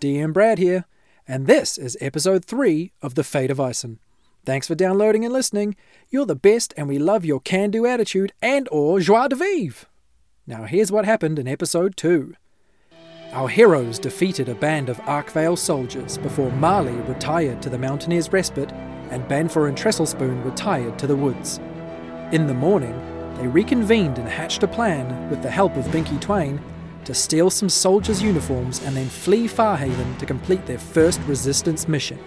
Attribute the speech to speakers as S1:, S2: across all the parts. S1: DM Brad here, and this is episode 3 of The Fate of Ison. Thanks for downloading and listening. You're the best and we love your can-do attitude and or joie de vivre. Now here's what happened in episode 2. Our heroes defeated a band of Arkvale soldiers before Marley retired to the Mountaineer's Respite and Banfor and Trestlespoon retired to the woods. In the morning, they reconvened and hatched a plan with the help of Binky Twain to steal some soldiers' uniforms and then flee Farhaven to complete their first resistance mission.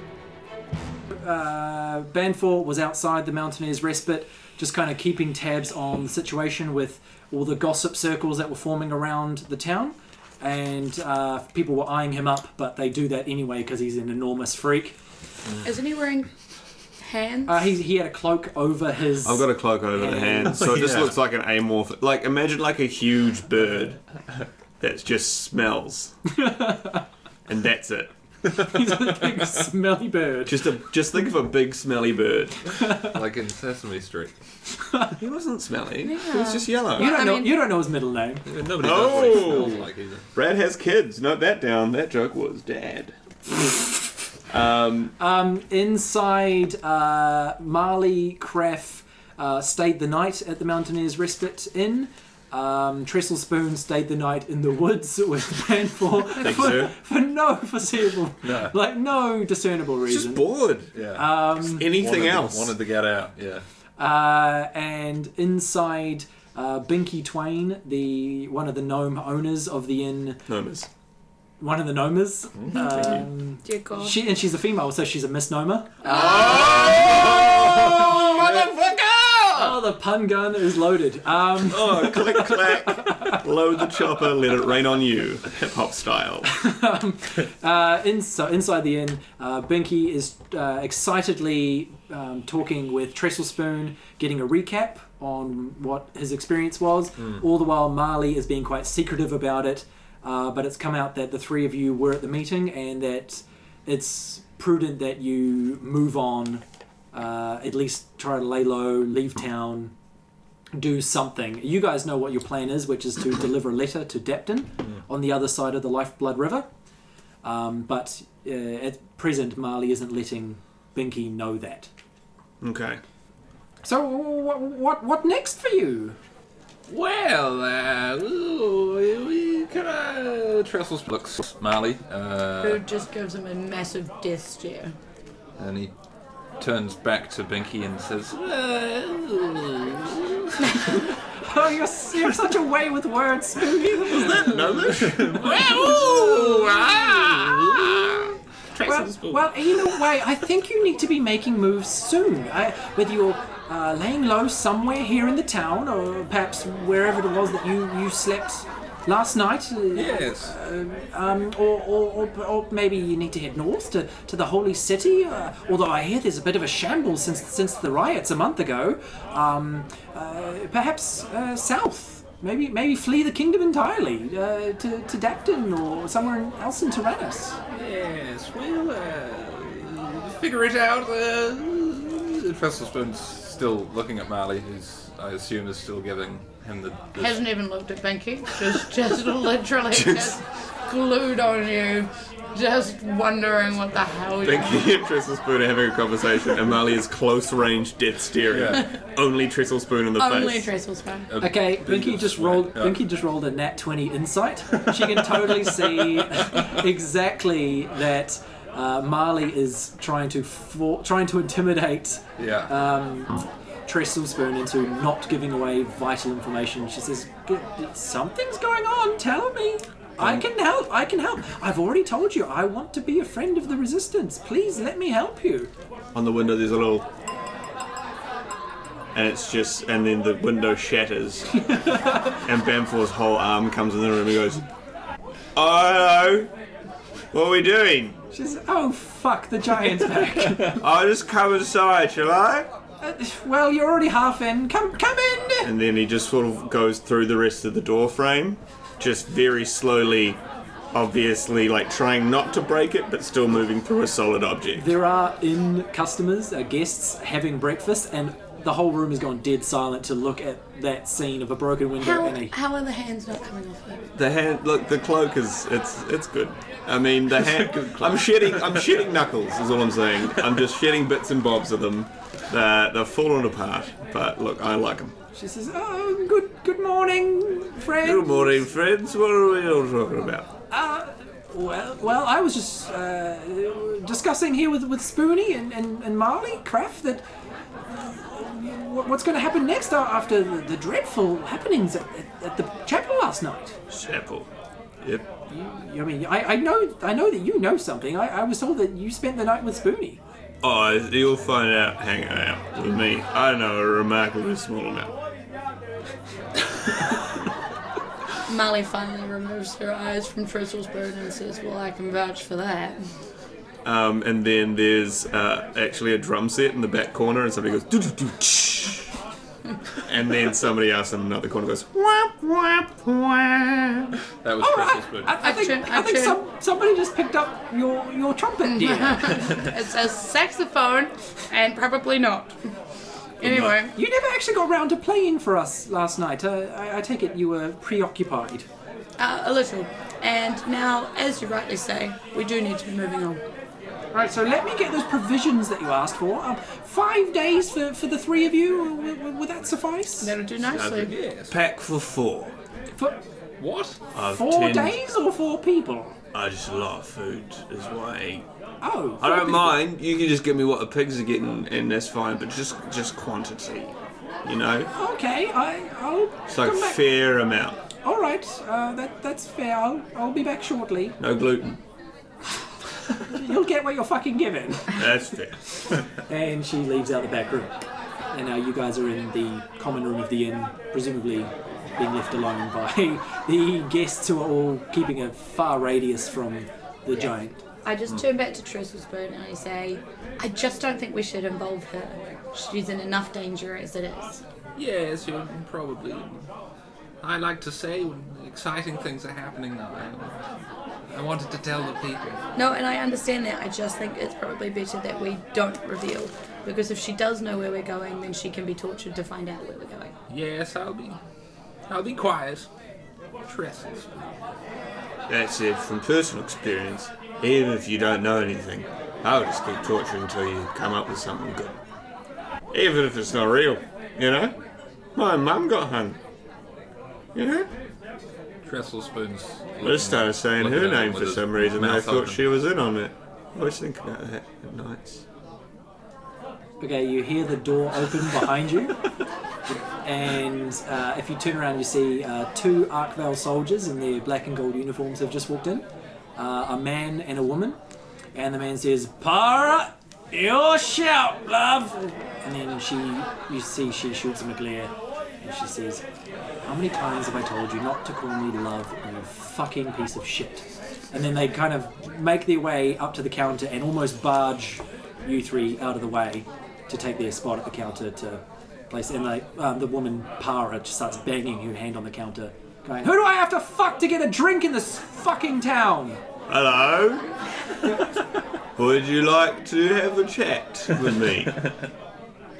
S1: Uh, Banfor was outside the Mountaineer's Respite, just kind of keeping tabs on the situation with all the gossip circles that were forming around the town. And uh, people were eyeing him up, but they do that anyway because he's an enormous freak.
S2: Isn't he wearing hands?
S1: Uh, he, he had a cloak over his.
S3: I've got a cloak over the hand, so it just
S4: Yeah.
S3: looks like an amorph. Like imagine like a huge bird that just smells, and that's it.
S1: He's a big smelly bird.
S3: Just a just think of a big smelly bird.
S4: like in Sesame Street.
S3: He wasn't smelly. He was just yellow.
S1: You don't
S2: I
S1: know.
S2: mean-
S1: you don't know his middle name.
S4: Nobody
S3: knows what he smells Oh. like
S4: either.
S3: Brad has kids. Note that down. That joke was dad. um,
S1: Um, inside, uh, Marley Craff uh, stayed the night at the Mountaineers Respite Inn. Um, Trestle Spoon stayed the night in the woods with Banfor
S3: Thank you,
S1: for,
S3: sir.
S1: for no foreseeable,
S4: No.
S1: like no discernible
S3: just
S1: reason.
S3: bored.
S4: Yeah.
S1: Um,
S3: Anything
S4: wanted,
S3: else?
S4: Wanted to get out. Yeah.
S1: uh, and inside, uh, Binky Twain, the one of the gnome owners of the inn,
S3: Nomas.
S1: one of the gnomes,
S3: you.
S1: um,
S2: Dear God.
S1: she and she's a female, so she's a misnomer.
S3: Oh,
S1: Oh, the pun gun is loaded. Um,
S3: motherfucker! Oh, click clack. Load the chopper. Let it rain on you, hip hop style.
S1: uh, in, so inside the inn, uh, Binky is uh, excitedly um, talking with Trestle Spoon, getting a recap on what his experience was. All the while, Marley is being quite secretive about it, uh, but it's come out that the three of you were at the meeting and that it's prudent that you move on, uh, at least try to lay low, leave town. Do something. You guys know what your plan is, which is to deliver a letter to Dapton on the other side of the Lifeblood River. Um, but uh, at present, Marley isn't letting Binky know that.
S3: Okay.
S1: So, what what, what next for you?
S4: Well, uh, ooh, we kind of trestles looks Marley,
S2: Who
S4: uh,
S2: just gives him a massive death stare.
S4: and he turns back to Binky and says,
S1: Oh, you're, you're such a way with words, Spoonie.
S3: Oh!
S1: Well, well, either way, I think you need to be making moves soon. I, whether you're uh, laying low somewhere here in the town, or perhaps wherever it was that you, you slept last night, uh,
S4: "Yes,
S1: um, or, or, or, or maybe you need to head north to, to the holy city. Uh, although I hear there's a bit of a shambles since since the riots a month ago. Um, uh, perhaps uh, south. Maybe maybe flee the kingdom entirely uh, to to Dapton or somewhere else in Tyrannus.
S4: yes, we'll uh, figure it out." Uh, Trestlespoon's still looking at Marley, who's I assume is still giving him the. the
S2: Hasn't even looked at Binky. Just, just literally just glued on you. Just wondering what the hell you
S3: Binky and Trestle Spoon are having a conversation, and Marley is close range death staring.
S4: Yeah.
S3: Only Trestle Spoon in the
S2: Only
S3: face.
S2: Dressel's phone.
S1: Okay, Binky just rolled.
S4: Yeah.
S1: Binky just rolled a nat twenty insight. She can totally see exactly that uh, Marley is trying to for, trying to intimidate
S4: yeah.
S1: um, Trestle Spoon into not giving away vital information. She says, "G- "Something's going on. Tell me.
S3: Um,
S1: I can help. I can help. I've already told you. I want to be a friend of the Resistance. Please let me help you."
S3: On the window, there's a little. And it's just. And then the window shatters. and Bamfor's whole arm comes in the room and goes, Oh, hello. What are we doing?
S1: She says, "Oh fuck, the giant's back."
S3: I'll just come inside, shall I?
S1: Uh, well, you're already half in. Come, come in.
S3: And then he just sort of goes through the rest of the door frame, just very slowly, obviously, like trying not to break it, but still moving through a solid object.
S1: There are in customers, uh, guests having breakfast, and the whole room has gone dead silent to look at that scene of a broken window
S2: How,
S1: and a
S2: how are the hands not coming off you?
S3: The hand, look, the cloak is it's it's good. I mean, the hand.
S5: good cloak.
S3: I'm shedding I'm shedding knuckles. Is all I'm saying. I'm just shedding bits and bobs of them. They're they're falling apart. But look, I like them.
S1: She says, "Oh, good good morning, friend."
S3: Good morning, friends. What are we all talking about?
S1: Uh, well, well, I was just uh, discussing here with with Spoonie and and, and Marley Kraft that uh, wh- what's going to happen next a- after the, the dreadful happenings at, at, at the chapel last night.
S3: Chapel. Yep.
S1: I mean, I, I know I know that you know something. I, I was told that you spent the night with Spoonie.
S3: Oh, you'll find out hanging out with me. I know a remarkably small amount.
S2: Molly finally removes her eyes from Tristle's burden and says, Well, I can vouch for that.
S3: Um, and then there's uh, actually a drum set in the back corner, and somebody goes, doo doo doo tsh. And then somebody else in another corner goes, whap, whap, whap.
S5: That was
S1: Oh,
S5: Crystal
S1: I,
S5: Spoon.
S1: I, I think
S2: Action,
S1: I think
S2: action.
S1: some, somebody just picked up your your trumpet, dear.
S2: It's a saxophone, and probably not. Anyway,
S1: You never actually got round to playing for us last night. Uh, I, I take it you were preoccupied.
S2: uh, a little. And now, as you rightly say, we do need to be moving on.
S1: Right, so let me get those provisions that you asked for. Um, five days for, for the three of you, w- w- would that suffice?
S2: That'll do nicely.
S5: Yes.
S3: Pack for four.
S1: For
S5: What?
S3: I've
S1: four
S3: ten-
S1: days or four people?
S3: I just a lot of food is what I eat.
S1: Oh,
S3: I
S1: four
S3: don't
S1: people.
S3: mind. You can just give me what the pigs are getting, and that's fine. But just just quantity, you know.
S1: Okay, I, I'll
S3: So
S1: come back.
S3: fair amount.
S1: All right, uh, that, that's fair. I'll, I'll be back shortly.
S3: No gluten.
S1: You'll get what you're fucking given.
S3: That's fair.
S1: and she leaves out the back room. And now you guys are in the common room of the inn, presumably being left alone by the guests who are all keeping a far radius from the giant.
S2: I just turn back to Tristle's burden and I say, I just don't think we should involve her. She's in enough danger as it is.
S5: Yes, you probably. I like to say when exciting things are happening that I, I wanted to tell the people.
S2: No, and I understand that. I just think it's probably better that we don't reveal. Because if she does know where we're going, then she can be tortured to find out where we're going.
S5: Yes, I'll be. I'll be quiet. Tresses.
S3: That's it. From personal experience, even if you don't know anything, I'll just keep torturing until you come up with something good. Even if it's not real, you know. My mum got hung. You know.
S5: Trestle spoons.
S3: I started saying her
S5: Looking at
S3: name
S5: him
S3: for
S5: with his
S3: some reason. I
S5: mouth
S3: thought
S5: open.
S3: she was in on it. I always think about that at nights.
S1: Okay, you hear the door open behind you, and uh, if you turn around, you see uh, two Arkvale soldiers in their black and gold uniforms have just walked in uh, a man and a woman. And the man says, Para, your shout, love! And then she, you see, she shoots him a glare, and she says, How many times have I told you not to call me love, you fucking piece of shit? And then they kind of make their way up to the counter and almost barge you three out of the way to take their spot at the counter to place. And like um, the woman Para just starts banging her hand on the counter, going, "Who do I have to fuck to get a drink in this fucking town?"
S3: Hello. Would you like to have a chat with me?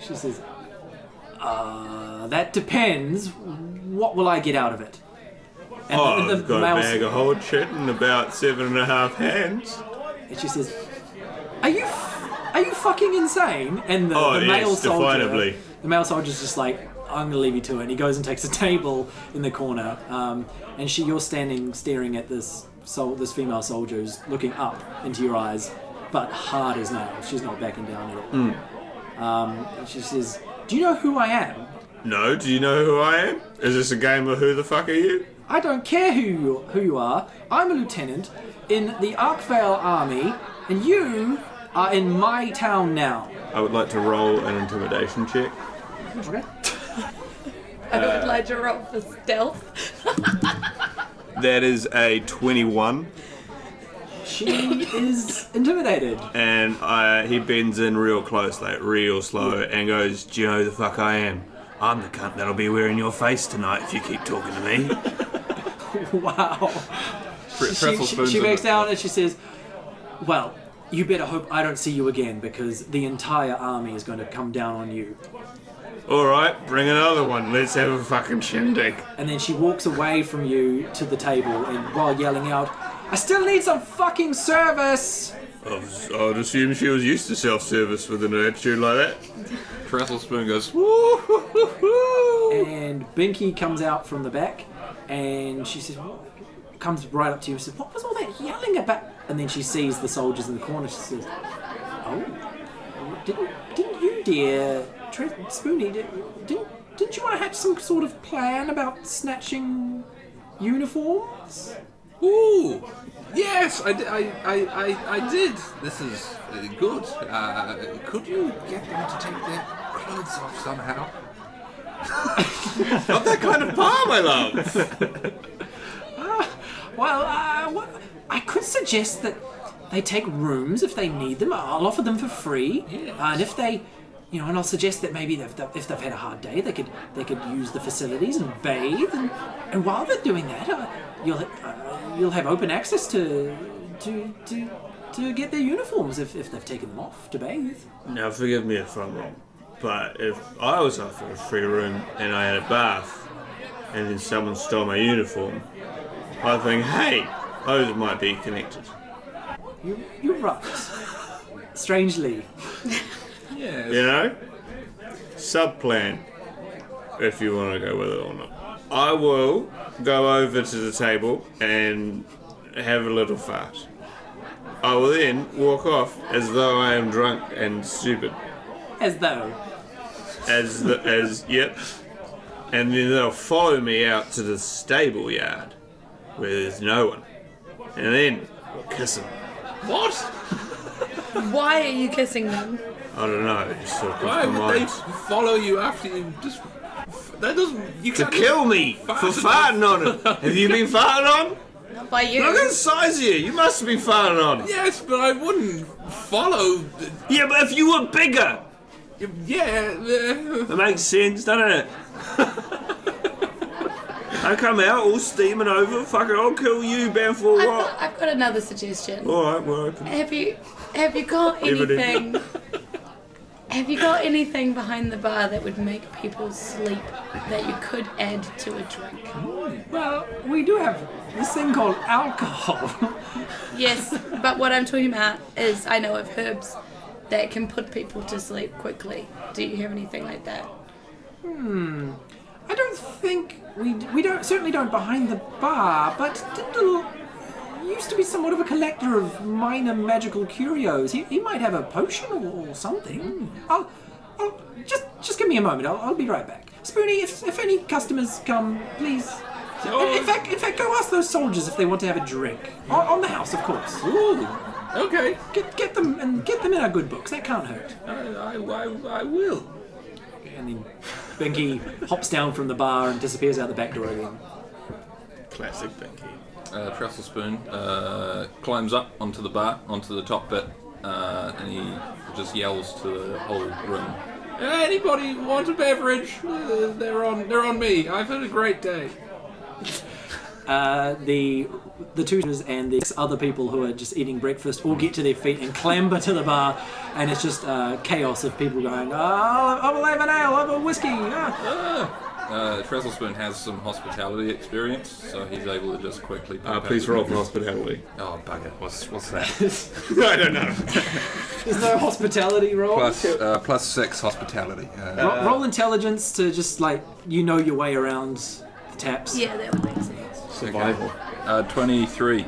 S1: She says, "Uh, that depends. What will I get out of it?" And
S3: Oh, I've got a
S1: male-
S3: bag of whole shit and about seven and a half hands.
S1: and she says, "Are you, f- are you fucking insane?" And the,
S3: Oh,
S1: the male
S3: yes,
S1: soldier,
S3: definably.
S1: the male soldier's just like, "I'm gonna leave you to it." And he goes and takes a table in the corner, um, and she, you're standing staring at this sol- this female soldier who's looking up into your eyes, but hard as nails. She's not backing down at all.
S3: Hmm.
S1: Um, and she says, "Do you know who I am?"
S3: No, do you know who I am? Is this a game of who the fuck are you?
S1: I don't care who you, who you are. I'm a lieutenant in the Arkvale Army, and you are in my town now.
S3: I would like to roll an intimidation check.
S1: Okay.
S2: I would like to roll for stealth.
S3: That is a 21,
S1: She is intimidated.
S3: and I, he bends in real close, like real slow, and goes, Do you know who the fuck I am? I'm the cunt that'll be wearing your face tonight if you keep talking to me.
S1: Wow.
S5: Tre-
S1: She,
S5: trestle
S1: she,
S5: spoons
S1: she
S5: in
S1: backs
S5: the-
S1: down and she says, Well, you better hope I don't see you again because the entire army is going to come down on you.
S3: All right, bring another one. Let's have a fucking shindig.
S1: and then she walks away from you to the table and while yelling out, I still need some fucking service!
S3: I was- I would assume she was used to self-service with an attitude like that.
S4: Trestle Spoon goes,
S1: And Binky comes out from the back and she says, "What?" comes right up to you and says, What was all that yelling about? And then she sees the soldiers in the corner. She says, Oh, didn't, didn't you, dear Tre- Spoonie, did, didn't, didn't you want to have some sort of plan about snatching uniforms?
S4: Ooh, yes, I, di- I, I, I, I did. This is uh, good. Uh, could you get them to take their clothes off somehow?
S3: Not that kind of palm, I love.
S1: Well, uh, what, I could suggest that they take rooms if they need them. I'll offer them for free, and if they, you know, and I'll suggest that maybe they've, if they've had a hard day, they could they could use the facilities and bathe, and, and while they're doing that, uh, you'll uh, you'll have open access to to to to get their uniforms if, if they've taken them off to bathe.
S3: Now, forgive me if I'm wrong, but if I was offered a free room and I had a bath, and then someone stole my uniform, I think, hey, those might be connected.
S1: You you're right. Strangely,
S4: Yes.
S3: You know? Sub plan, if you want to go with it or not. I will go over to the table and have a little fart. I will then walk off as though I am drunk and stupid.
S1: as though.
S3: As the, as yep. And then they'll follow me out to the stable yard where there's no one. And then we'll kiss them.
S4: What?
S2: Why are you kissing them?
S3: I don't know, it just sort of
S4: Why
S3: crossed my
S4: would they
S3: mind.
S4: follow you after you just? That doesn't. You
S3: To
S4: can't
S3: kill me for farting on it. Have you been farting on?
S2: Not by
S3: Look at the
S2: you.
S3: size of you. You must be farting on.
S4: Yes, but I wouldn't follow. the-
S3: Yeah, but if you were bigger,
S4: Yeah. uh,
S3: it makes sense, doesn't it? I come out all steaming over. Fuck it, I'll kill you, Ben, for
S2: I've
S3: what?
S2: got, I've got another suggestion.
S3: All right, we're open.
S2: Have you have you got
S3: Leave it in.
S2: anything? Have you got anything behind the bar that would make people sleep that you could add to a drink?
S1: Well, we do have this thing called alcohol.
S2: Yes, but what I'm talking about is I know of herbs that can put people to sleep quickly. Do you have anything like that?
S1: I don't think we we don't certainly don't behind the bar, but Dindle used to be somewhat of a collector of minor magical curios. He, he might have a potion or, or something. I'll, I'll just just give me a moment. I'll, I'll be right back. Spoonie, if, if any customers come, please. In, in fact, in fact, go ask those soldiers if they want to have a drink on, on the house, of course.
S4: Ooh. Okay.
S1: Get get them and get them in our good books. That can't hurt.
S4: I, I, I, I will.
S1: And then Binky hops down from the bar and disappears out the back door again.
S3: Classic Binky.
S4: Uh, Trestle Spoon uh, climbs up onto the bar, onto the top bit, uh, and he just yells to the whole room. Anybody want a beverage? Uh, they're on. They're on me. I've had a great day.
S1: Uh, the the tutors and the six other people who are just eating breakfast all get to their feet and clamber to the bar, and it's just uh, chaos of people going, oh, I will have an ale, I will whiskey. ah."
S4: Uh, Trestle Spoon has some hospitality experience, so he's able to just quickly.
S3: Uh, please roll for hospitality.
S4: Oh bugger! What's what's that?
S3: I don't know.
S1: There's no hospitality roll.
S4: plus uh, plus six hospitality. Uh,
S1: Ro- roll intelligence to just like you know your way around the taps.
S2: Yeah, that would make sense.
S3: Survival.
S4: uh, Twenty-three.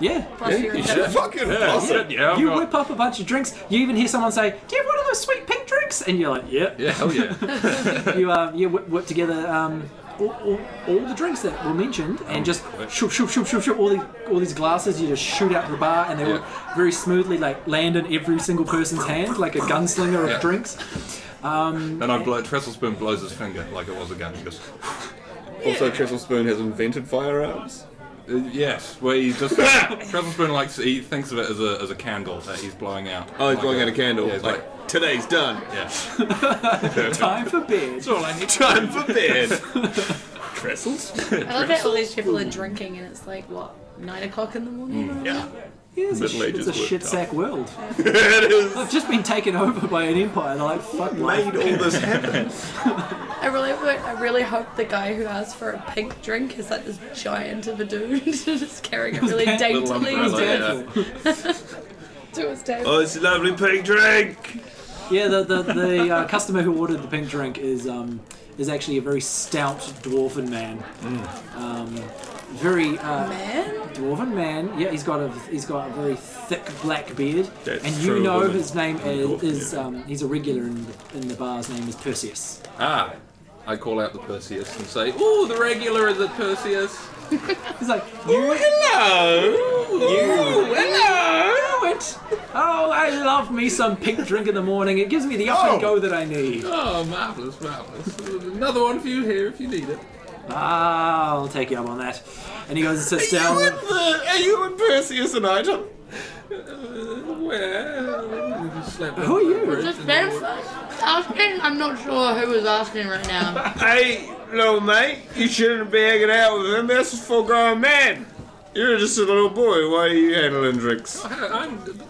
S1: Yeah.
S2: Plus your intelligence.
S3: Fucking awesome.
S4: Yeah.
S1: You whip up a bunch of drinks. You even hear someone say, "Do you have one of those sweet pink drinks?" And you're like, "Yeah."
S4: Yeah. Hell yeah.
S1: you uh, you whip, whip together um, all, all, all the drinks that were mentioned,
S4: Oh,
S1: and just shoop shoop shoop shoop shoop all these all these glasses. You just shoot out the bar, and they all
S4: Yeah.
S1: very smoothly like land in every single person's hand, like a gunslinger of
S4: Yeah.
S1: drinks.
S4: and I blow. Trestle Spoon blows his finger like it was a gun. He goes.
S3: Also, Trestle Spoon has invented firearms.
S4: Uh, yes, where he's just Trestle Spoon likes he thinks of it as a as a candle that he's blowing out.
S3: Oh, he's blowing out a candle.
S4: Yeah, he's
S3: like,
S4: like,
S3: today's done.
S4: yeah.
S1: Time for bed.
S4: That's all I need.
S3: Time for bed. Trestles? Mm.
S2: I love that all these people are drinking and it's like what nine o'clock in the morning.
S3: Yeah.
S1: Yeah, it's a,
S3: Middle
S1: sh-
S3: Ages
S1: it's a
S3: were
S1: shit
S3: tough.
S1: sack world.
S3: it is.
S1: I've just been taken over by an empire. They're like, fuck life.
S3: Made all this happen.
S2: I really, would, I really hope the guy who asked for a pink drink is like this giant of a dude, just carrying it really
S1: bad.
S4: Little
S2: daintily
S4: umbrella,
S2: to
S4: Oh, yeah.
S2: his table.
S3: Oh, it's a lovely pink drink.
S1: Yeah, the the, the uh, customer who ordered the pink drink is um is actually a very stout dwarven man.
S4: Mm.
S1: Um, very uh,
S2: Man,
S1: dwarven man. Yeah, he's got a he's got a very thick black beard.
S3: That's
S1: and you
S3: true,
S1: know
S3: woman.
S1: his name
S3: Dwarf,
S1: is, is
S3: yeah.
S1: um, he's a regular in the, in the bar. His name is Perseus.
S4: Ah, I call out the Perseus and say, "Ooh, the regular is a Perseus."
S1: He's like, you
S3: Hello. Oh, You.
S1: hello. it. Oh, I love me some pink drink in the morning. It gives me the up
S3: Oh.
S1: and go that I need.
S4: Oh, marvelous, marvelous! Another one for you here if you need it.
S1: Ah, I'll take you up on that. And he goes and sits
S3: Are
S1: down.
S3: you in the? Are you in Perseus and Item?
S4: Well, slap
S1: Who are you?
S5: Just benefit? Asking? I'm not sure who was asking right now.
S3: Hey, little mate, you shouldn't be hanging out with him. That's a full grown man. You're just a little boy. Why are you handling drinks?
S4: I'm,
S5: To be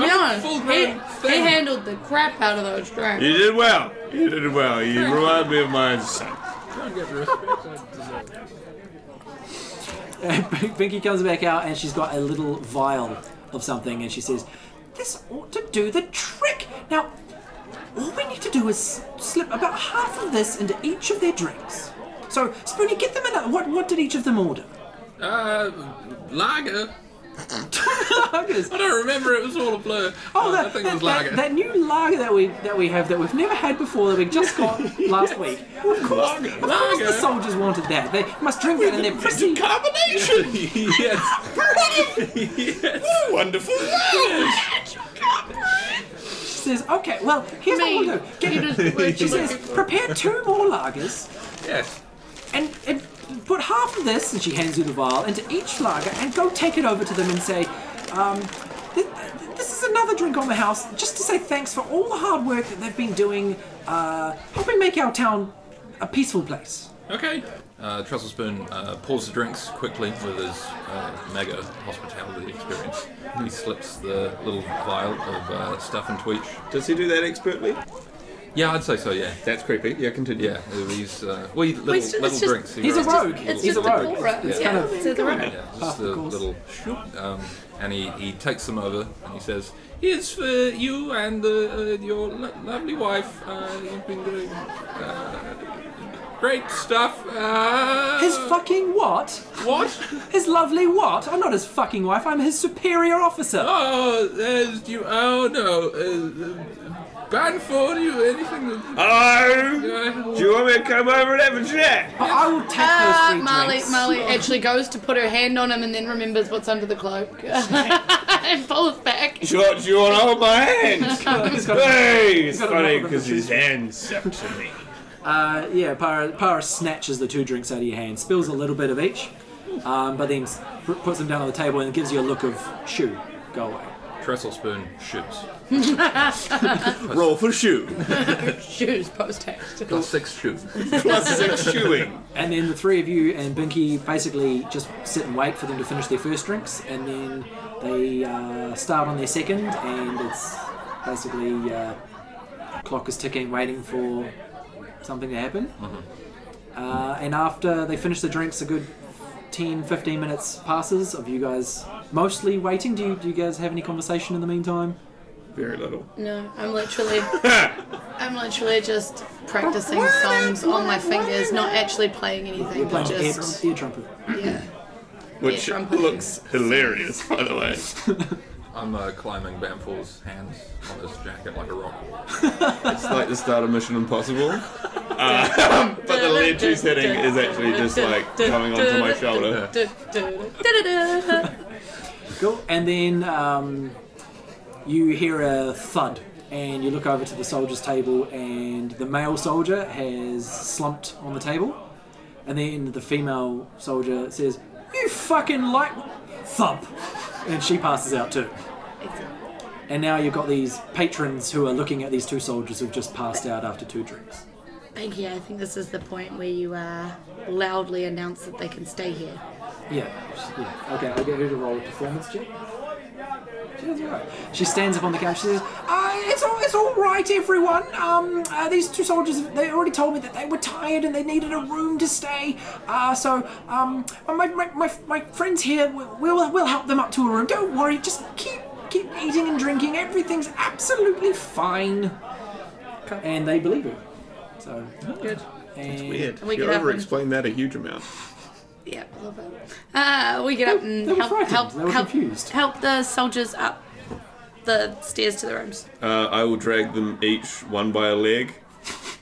S4: I'm
S5: honest,
S4: full
S5: he,
S4: grown
S5: he
S4: thing.
S5: handled the crap out of those drinks.
S3: You did well. You did well. You remind me of my own son.
S4: Don't get the respect I deserve.
S1: And Binky comes back out and she's got a little vial of something and she says, This ought to do the trick. Now, all we need to do is slip about half of this into each of their drinks. So, Spoonie, get them another. What, what did each of them order?
S4: Uh, lager.
S1: Lagers.
S4: I don't remember. It was all a blur. Uh,
S1: Oh,
S4: I
S1: that,
S4: think
S1: that,
S4: it was
S1: that-
S4: lager.
S1: that new lager that we that we have that we've never had before that we just got last week. Of course, of course
S4: Lager.
S1: the soldiers wanted that. They must drink that in their prissy.
S3: Combination.
S4: yes.
S3: Wonderful.
S1: She says, okay, well, here's what
S5: Me,
S1: we'll do.
S5: you
S1: Get,
S5: just were
S1: she
S5: too
S1: says,
S5: much.
S1: prepare two more lagers
S4: Yes.
S1: and, and put half of this, and she hands you the vial, into each lager, and go take it over to them and say, um, th- th- this is another drink on the house, just to say thanks for all the hard work that they've been doing, uh, helping make our town a peaceful place.
S4: Okay. Uh, Trestle Spoon uh, pours the drinks quickly with his uh, mega hospitality experience. He slips the little vial of uh, stuff and Tweech.
S3: Does he do that expertly?
S4: Yeah, I'd say so. Yeah,
S3: That's creepy. Yeah, continue.
S4: yeah. He's uh, well, he- little,
S2: it's just-
S4: little
S2: it's just-
S4: drinks. He
S1: He's a
S4: rolls
S1: rogue.
S4: little-
S2: it's
S1: He's
S2: just
S1: a
S2: the
S1: rogue.
S2: aura.
S1: It's
S2: yeah,
S1: kind of-
S2: it's the aura.
S4: Yeah,
S1: Half
S4: just
S1: the
S4: a
S1: course.
S4: little um, and he, he takes them over and he says, "Here's for you and uh, uh, your lo- lovely wife. Uh, you've been doing uh, great stuff." Uh,
S1: His fucking what?
S4: what?
S1: His lovely what? I'm not his fucking wife, I'm his superior officer.
S4: Oh, there's you. Oh no, uh, Banford, you anything? that-
S3: Hello. Do
S4: Uh,
S3: you want me to come over and have a chat?
S1: I I will take
S2: Ah,
S1: those
S5: Uh,
S1: three
S5: Marley,
S1: drinks.
S5: Marley actually goes to put her hand on him and then remembers what's under the cloak and pulls back.
S3: Do you, want- do you want to hold my hand?
S1: He's got-
S3: hey, it's
S1: got a
S3: funny
S1: rubber
S3: because his hand's up to me.
S1: Uh, yeah, Para, Para snatches the two drinks out of your hand, spills a little bit of each, um, but then s- p- puts them down on the table and gives you a look of shoo, go away.
S4: Trestle spoon shoots.
S3: Roll for shoe.
S5: Shoes post haste.
S4: Plus six shoots.
S3: Plus six shoeing.
S1: And then the three of you and Binky basically just sit and wait for them to finish their first drinks, and then they uh, start on their second, and it's basically uh, clock is ticking, waiting for something to happen. Uh, and after they finish the drinks, a good 10, 15 minutes passes of you guys mostly waiting. Do you, do you guys have any conversation in the meantime?
S3: Very little.
S2: No, I'm literally, I'm literally just practicing songs on my fingers, not actually playing anything, but
S1: Playing ear,
S2: just
S1: ear trumpet.
S2: yeah.
S3: Which
S2: Yeah, trumpet.
S3: looks hilarious, by the way.
S4: I'm uh, climbing Banford's hands on his jacket like a rock.
S3: It's like the start of Mission Impossible.
S5: Um,
S3: Uh, but the lead juice hitting is actually just like coming onto my shoulder.
S2: Da-da-da.
S1: Cool. And then um, you hear a thud, and you look over to the soldiers' table, and the male soldier has slumped on the table, and then the female soldier says, "You fucking like thump," and she passes out too. And now you've got these patrons who are looking at these two soldiers who've just passed out after two drinks.
S2: Pinky, I think this is the point where you uh, loudly announce that they can stay here.
S1: Yeah, yeah. Okay, I'll get her to roll a performance check. That's all right. She stands up on the couch. She says, uh, "It's all, it's all right, everyone. Um, uh, these two soldiers, they already told me that they were tired and they needed a room to stay. Uh, so, um, my, my, my, my friends here, we- we'll, we'll help them up to a room. Don't worry. Just keep, keep eating and drinking. Everything's absolutely fine." And they believe her. So
S2: Good.
S1: and
S5: Weird.
S2: We
S5: You
S2: could have
S5: over
S2: one.
S5: explained that a huge amount.
S2: Yeah, a little bit. Uh, we get up and
S1: they were
S2: help,
S1: frightened.
S2: help,
S1: They were
S2: help,
S1: confused.
S2: help the soldiers up the stairs to the rooms.
S5: Uh, I will drag them each one by a leg.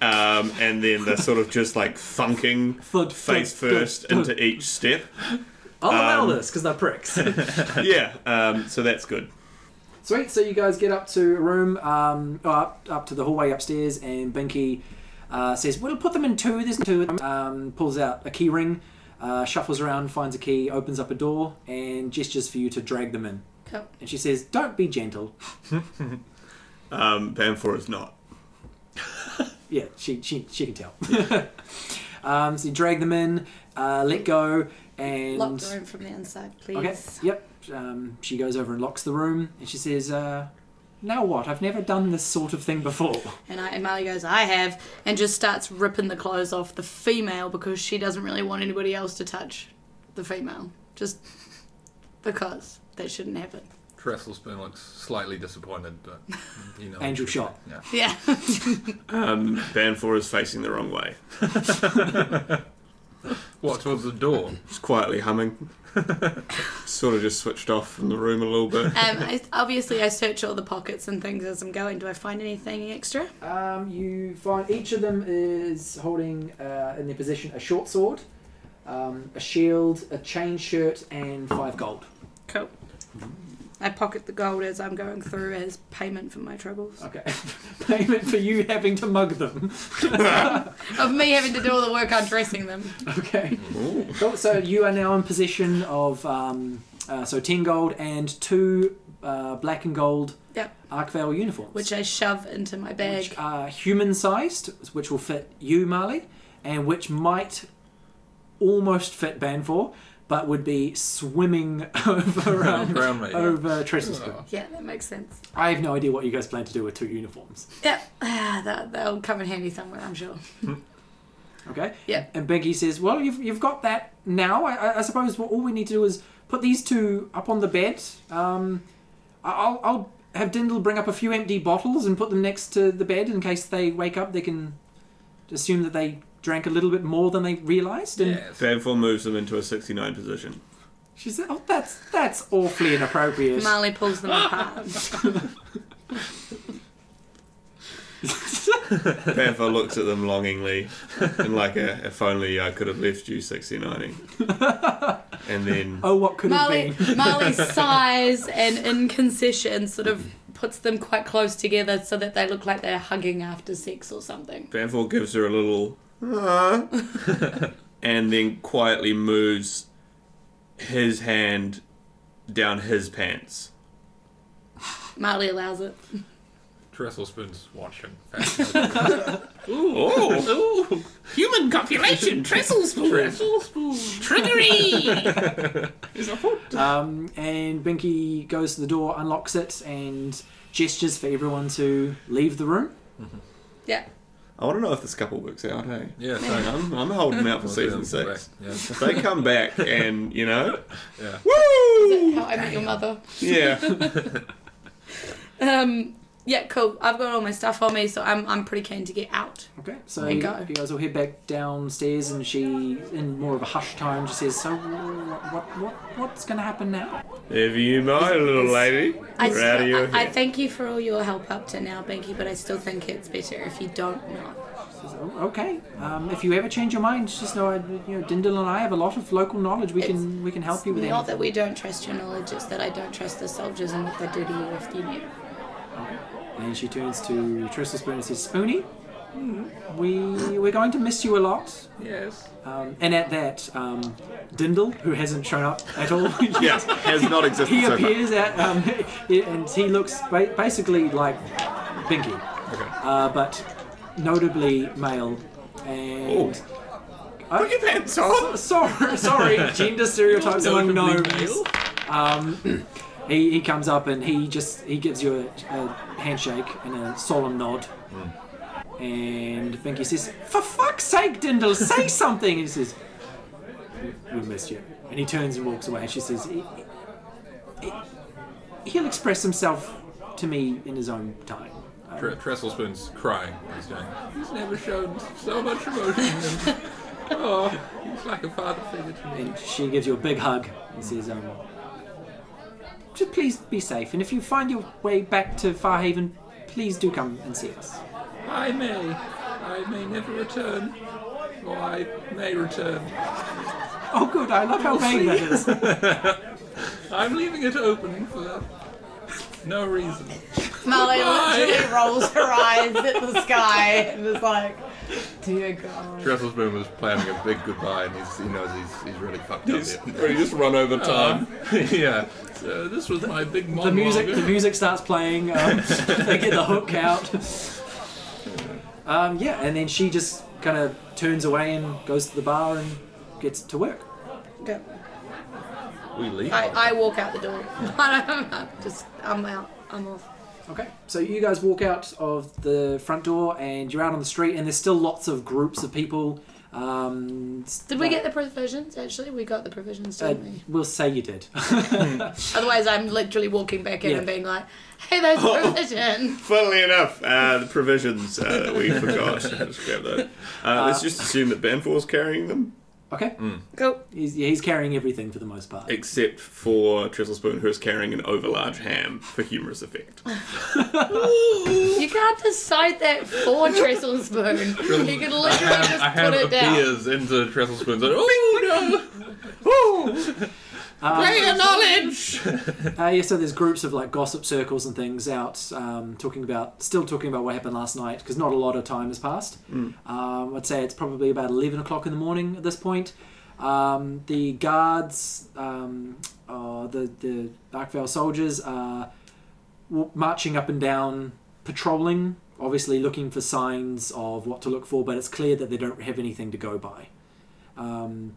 S5: Um, and then they're sort of just like thunking
S1: Thud,
S5: face
S1: thud,
S5: first
S1: thud,
S5: into each step.
S1: I'll allow this because they're pricks.
S5: Yeah, um, so that's good.
S1: Sweet. So you guys get up to a room, um, or up up to the hallway upstairs, and Binky uh, says, "We'll put them in two. There's two." Um, pulls out a key ring, uh, shuffles around, finds a key, opens up a door, and gestures for you to drag them in.
S2: Cool.
S1: And she says, "Don't be gentle."
S5: Um, Bamfor is not.
S1: Yeah, she she, she can tell. um, so you drag them in, uh, let go, and
S2: Lock the room from the inside, please.
S1: Okay. Yep. Um, she goes over and locks the room, and she says, uh, "Now what? I've never done this sort of thing before."
S2: And, I, and Marley goes, I have, and just starts ripping the clothes off the female because she doesn't really want anybody else to touch the female. Just because that shouldn't happen.
S4: Trestle Spoon looks slightly disappointed, but you know.
S1: Angel shot.
S4: Yeah.
S2: Yeah.
S5: Um, Banfor is facing the wrong way.
S4: What towards the door?
S5: Just quietly humming. sort of just switched off from the room a little bit.
S2: Um, I, obviously, I search all the pockets and things as I'm going. Do I find anything extra?
S1: Um, you find each of them is holding uh, in their possession a short sword, um, a shield, a chain shirt, and five gold.
S2: Cool. I pocket the gold as I'm going through as payment for my troubles.
S1: Okay, payment for you having to mug them.
S2: Of me having to do all the work on dressing them.
S1: Okay,
S5: Ooh.
S1: so, so you are now in possession of um, uh, so ten gold and two uh, black and gold
S2: Yep.
S1: Arkvale uniforms,
S2: Which I shove into my bag.
S1: which are human sized, which will fit you, Marley, and which might almost fit Banfor, but would be swimming over um,
S4: Brown mate.
S1: over Trestle Spoon.
S2: yeah, that makes sense.
S1: I have no idea what you guys plan to do with two uniforms.
S2: Yep. Ah, that, that'll come in handy somewhere, I'm sure.
S1: Okay.
S2: Yeah.
S1: And Binky says, "Well, you've, you've got that now. I, I- I suppose what all we need to do is put these two up on the bed. Um, I- I'll I'll have Dindle bring up a few empty bottles and put them next to the bed in case they wake up. They can assume that they drank a little bit more than they realised." And
S4: Yes.
S5: Banfor moves them into a 69 position.
S1: she said, "Oh, that's that's awfully inappropriate."
S2: Marley pulls them apart.
S5: Panther looks at them longingly and like a, if only I could have left you 69 And then
S1: oh, what could
S2: Marley,
S1: have been?
S2: Marley sighs and, in concession, sort of puts them quite close together so that they look like they're hugging after sex or something.
S5: Panther gives her a little "Ah," and then quietly moves his hand down his pants.
S2: Marley allows it.
S4: Trestle Spoon's watching.
S5: Oh!
S4: Ooh, human copulation. Trestle Spoon. Trestle Spoon. Trickery.
S1: Um, and Binky goes to the door, unlocks it, and gestures for everyone to leave the room.
S2: Yeah.
S5: I want to know if this couple works out, hey?
S4: Yeah. So,
S5: I'm, I'm holding out for
S4: We'll
S5: season
S4: do them
S5: six.
S4: back,
S5: If they come back and, you know,
S4: Yeah.
S5: woo!
S2: How I met your mother.
S5: Yeah.
S2: Um, yeah, cool. I've got all my stuff on me, so I'm, I'm pretty keen to get out.
S1: Okay, so
S2: There
S1: you,
S2: you go.
S1: you guys all head back downstairs, and she, in more of a hushed tone, she says, "So, what, what, what what's going to happen now?"
S5: If you my little lady,
S2: I,
S5: we're out of your
S2: I, I
S5: hair.
S2: thank you for all your help up to now, Binky, but I still think it's better if you don't know.
S1: She says, "Oh, okay, um, if you ever change your mind, just know, I, you know, Dindal and I have a lot of local knowledge. We can we can help you with
S2: Not
S1: anything.
S2: that we don't trust your knowledge, it's that I don't trust the soldiers and what they do to you if you knew.
S1: And she turns to Tristle Spoon and says, "Spoonie, we we're going to miss you a lot."
S4: Yes.
S1: Um, and at that, um, Dindal, who hasn't shown up at all,
S5: Yes, has not existed
S1: he
S5: so far.
S1: appears at um, and he looks ba- basically like Binky, uh, but notably male and. Put your Oh, pants on. sorry, sorry. Gender stereotypes among
S4: Notably
S1: gnomes.
S4: male?
S1: Um, He, he comes up and he just he gives you a, a handshake and a solemn nod. And Binky says, "For fuck's sake, Dindle, say something!" And he says, "We missed you." And he turns and walks away. And she says, "He- he- "He'll express himself to me in his own time."
S4: Tre- Trestle Spoon's crying. He's going, he's never shown so much emotion. And, oh, he's like a father figure to me.
S1: And she gives you a big hug and says, um, "Just please be safe. And if you find your way back to Farhaven, please do come and see us."
S4: I may, I may never return, or I may return.
S1: Oh, good. I love how vague that is.
S4: I'm leaving it open for no reason.
S2: Molly
S4: Goodbye.
S2: literally rolls her eyes at the sky and is like, dear God.
S4: Trestle Spoon was planning a big goodbye, and he's, he knows he's, he's really fucked up Um,
S3: He's really just run over time.
S4: yeah. So this was my big monologue.
S1: The music, the music starts playing. Um, they get the hook out. Um, yeah, and then she just kind of turns away and goes to the bar and gets to work.
S2: Okay.
S4: We leave.
S2: I, I walk out the door. I don't, I'm just, I'm out. I'm off.
S1: Okay, so you guys walk out of the front door and you're out on the street, and there's still lots of groups of people. Um, s-
S2: Did we get the provisions, actually? We got the provisions,
S1: uh,
S2: didn't we?
S1: we'll say you did.
S2: Otherwise, I'm literally walking back in
S1: Yeah.
S2: and being like, hey, those provisions.
S3: Funnily enough, uh, the provisions uh, that we forgot. Let's grab that. Uh, let's just assume that Banfor's carrying them,
S1: okay,
S2: Go.
S1: he's, yeah, he's carrying everything for the most part.
S3: except for Trestle Spoon, who is carrying an overlarge ham for humorous effect.
S2: You can't decide that for Trestle Spoon. You can literally just
S4: I have
S2: put it down.
S4: appears into Trestle Spoon's. Oh no! Oh!
S2: Ray of knowledge.
S1: Uh, yeah, so there's groups of like gossip circles and things out um, talking about, still talking about what happened last night because not a lot of time has passed. Um, I'd say it's probably about 11 o'clock in the morning at this point. Um, the guards, um, uh, the, the Arkvale soldiers are w- marching up and down, patrolling, obviously looking for signs of what to look for, but it's clear that they don't have anything to go by. Um,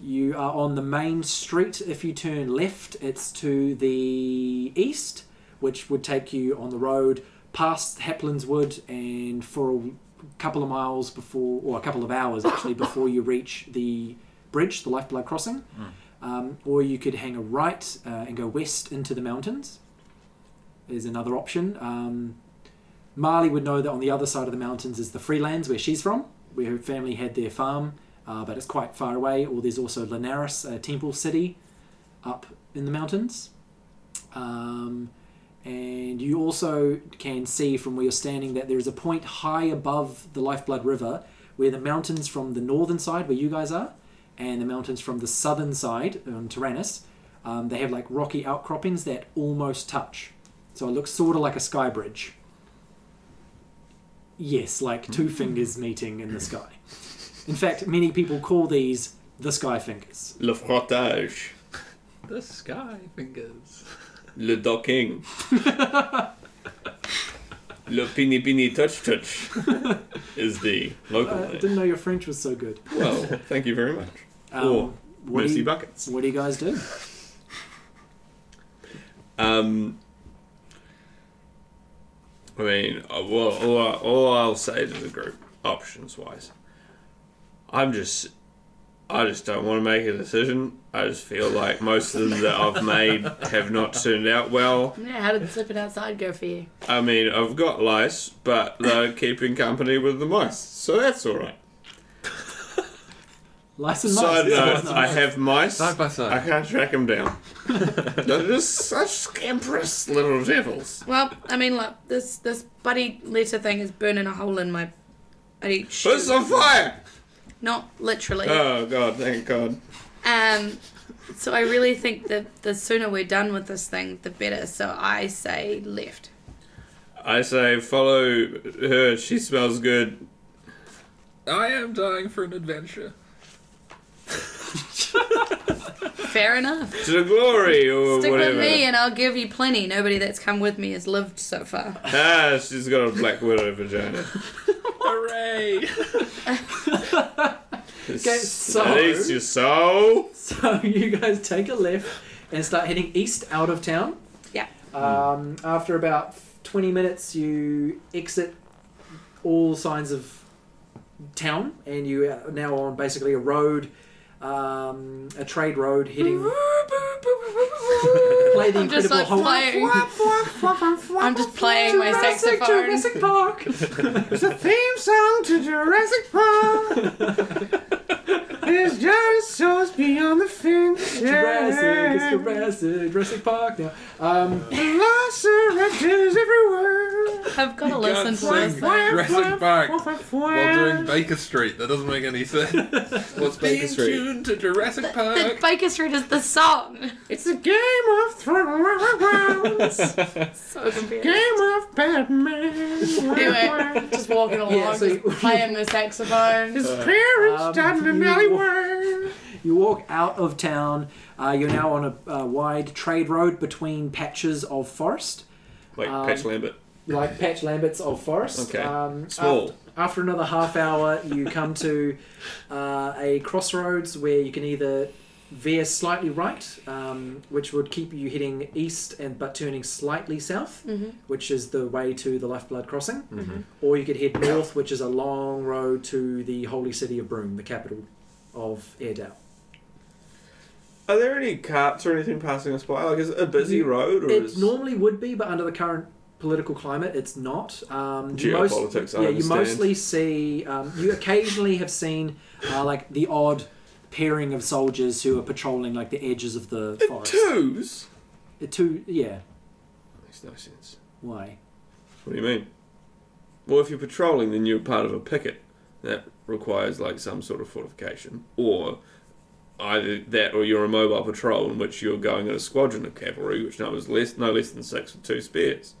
S1: you are on the main street. If you turn left, it's to the east, which would take you on the road past Haplin's Wood and for a couple of miles before, or a couple of hours actually, before you reach the bridge, the Lifeblood Crossing. Um, or you could hang a right uh, and go west into the mountains. Is another option. Um, Marley would know that on the other side of the mountains is the Freelands, where she's from, where her family had their farm, uh, but it's quite far away. Or there's also Linares, a temple city up in the mountains. Um, and you also can see from where you're standing that there is a point high above the Lifeblood River where the mountains from the northern side, where you guys are, and the mountains from the southern side on Tyrannus, um, they have like rocky outcroppings that almost touch. So it looks sort of like a sky bridge. Yes,
S3: Hmm.
S1: like two fingers meeting in the sky. In fact, many people call these the sky fingers.
S3: Le frottage,
S4: The sky fingers.
S3: le docking, le pini pini touch touch is the local
S1: Uh,
S3: name.
S1: didn't know your French was so good.
S3: Well, thank you very much.
S1: Um,
S3: or
S1: what do
S3: mercy
S1: you-
S3: buckets.
S1: What do you guys do?
S3: Um, I mean, uh, well, all, I, all I'll say to the group, options wise, I'm just, I just don't want to make a decision. I just feel like most of them that I've made have not turned out well.
S2: Yeah, how did slipping outside go for you?
S3: I mean, I've got lice, but they're keeping company with the mice, so that's all right.
S1: Lice and mice.
S3: Side
S1: That's
S3: note:
S1: nice.
S3: I have mice.
S4: Side by side.
S3: I can't track them down. they're just such scamperous little devils.
S2: Well, I mean, look, this this buddy letter thing is burning a hole in my. I need
S3: Put
S2: shoes.
S3: some fire!
S2: Not literally.
S3: Oh god, thank god.
S2: Um, so I really think that the sooner we're done with this thing, the better. So I say left.
S3: I say follow her. She smells good.
S4: I am dying for an adventure.
S2: Fair enough.
S3: To the glory or
S2: Stick
S3: whatever.
S2: with me, and I'll give you plenty. Nobody that's come with me has lived so far.
S3: Ah, she's got a black widow vagina.
S4: Hooray!
S1: Okay, so-
S3: At least you so.
S1: So you guys take a left and start heading east out of town.
S2: Yeah.
S1: Um, After about 20 minutes, you exit all signs of town, and you are now on basically a road, um, a trade road heading. Play the
S6: I'm just,
S1: Incredible
S6: like,
S1: Hulk.
S6: playing. I'm just playing my
S1: Jurassic,
S6: saxophone.
S1: Jurassic Park.
S5: It's a theme song to Jurassic Park. There's dinosaurs beyond the fence.
S1: Jurassic, it's Jurassic, Jurassic Park now. Um,
S5: Velociraptors everywhere.
S2: I've got to listen
S4: Can't
S2: to this.
S4: sing
S2: Thing.
S4: Jurassic Park while doing Baker Street. That doesn't make any sense.
S5: What's
S4: Being tuned to Jurassic
S2: The
S4: Park.
S2: Baker Street is the song.
S5: It's a Game of Thrones.
S2: So confused.
S5: Game of Batman.
S6: Anyway, just walking along,
S1: Yeah, so you-
S6: just playing the saxophone.
S5: His parents
S1: Um,
S5: died in an
S1: you-
S5: alleyway.
S1: you walk out of town. Uh, you're now on a uh, wide trade road between patches of forest,
S5: Like
S1: Um,
S5: Patch Lambert.
S1: like patch lamberts of forest.
S5: Okay.
S1: Um,
S5: Small.
S1: af- After, another half hour, you come to uh, a crossroads where you can either veer slightly right, um, which would keep you heading east and but turning slightly south, which is the way to the Lifeblood Crossing,
S5: Mm-hmm.
S1: or you could head north, which is a long road to the holy city of Broome, the capital of Airedale.
S3: Are there any carts or anything passing us by? Like, is it a busy road or
S1: It
S3: is
S1: normally would be, but under the current political climate, it's not. Um, you
S3: Geopolitics, I
S1: yeah, you
S3: understand.
S1: mostly see. Um, you occasionally have seen uh, like the odd pairing of soldiers who are patrolling like the edges of the forest.
S3: twos?
S1: Uh, two, yeah.
S3: Makes no sense.
S1: Why?
S3: What do you mean? Well, if you're patrolling, then you're part of a picket. That requires like some sort of fortification, or either that, or you're a mobile patrol in which you're going in a squadron of cavalry, which numbers less no less than six with two spears.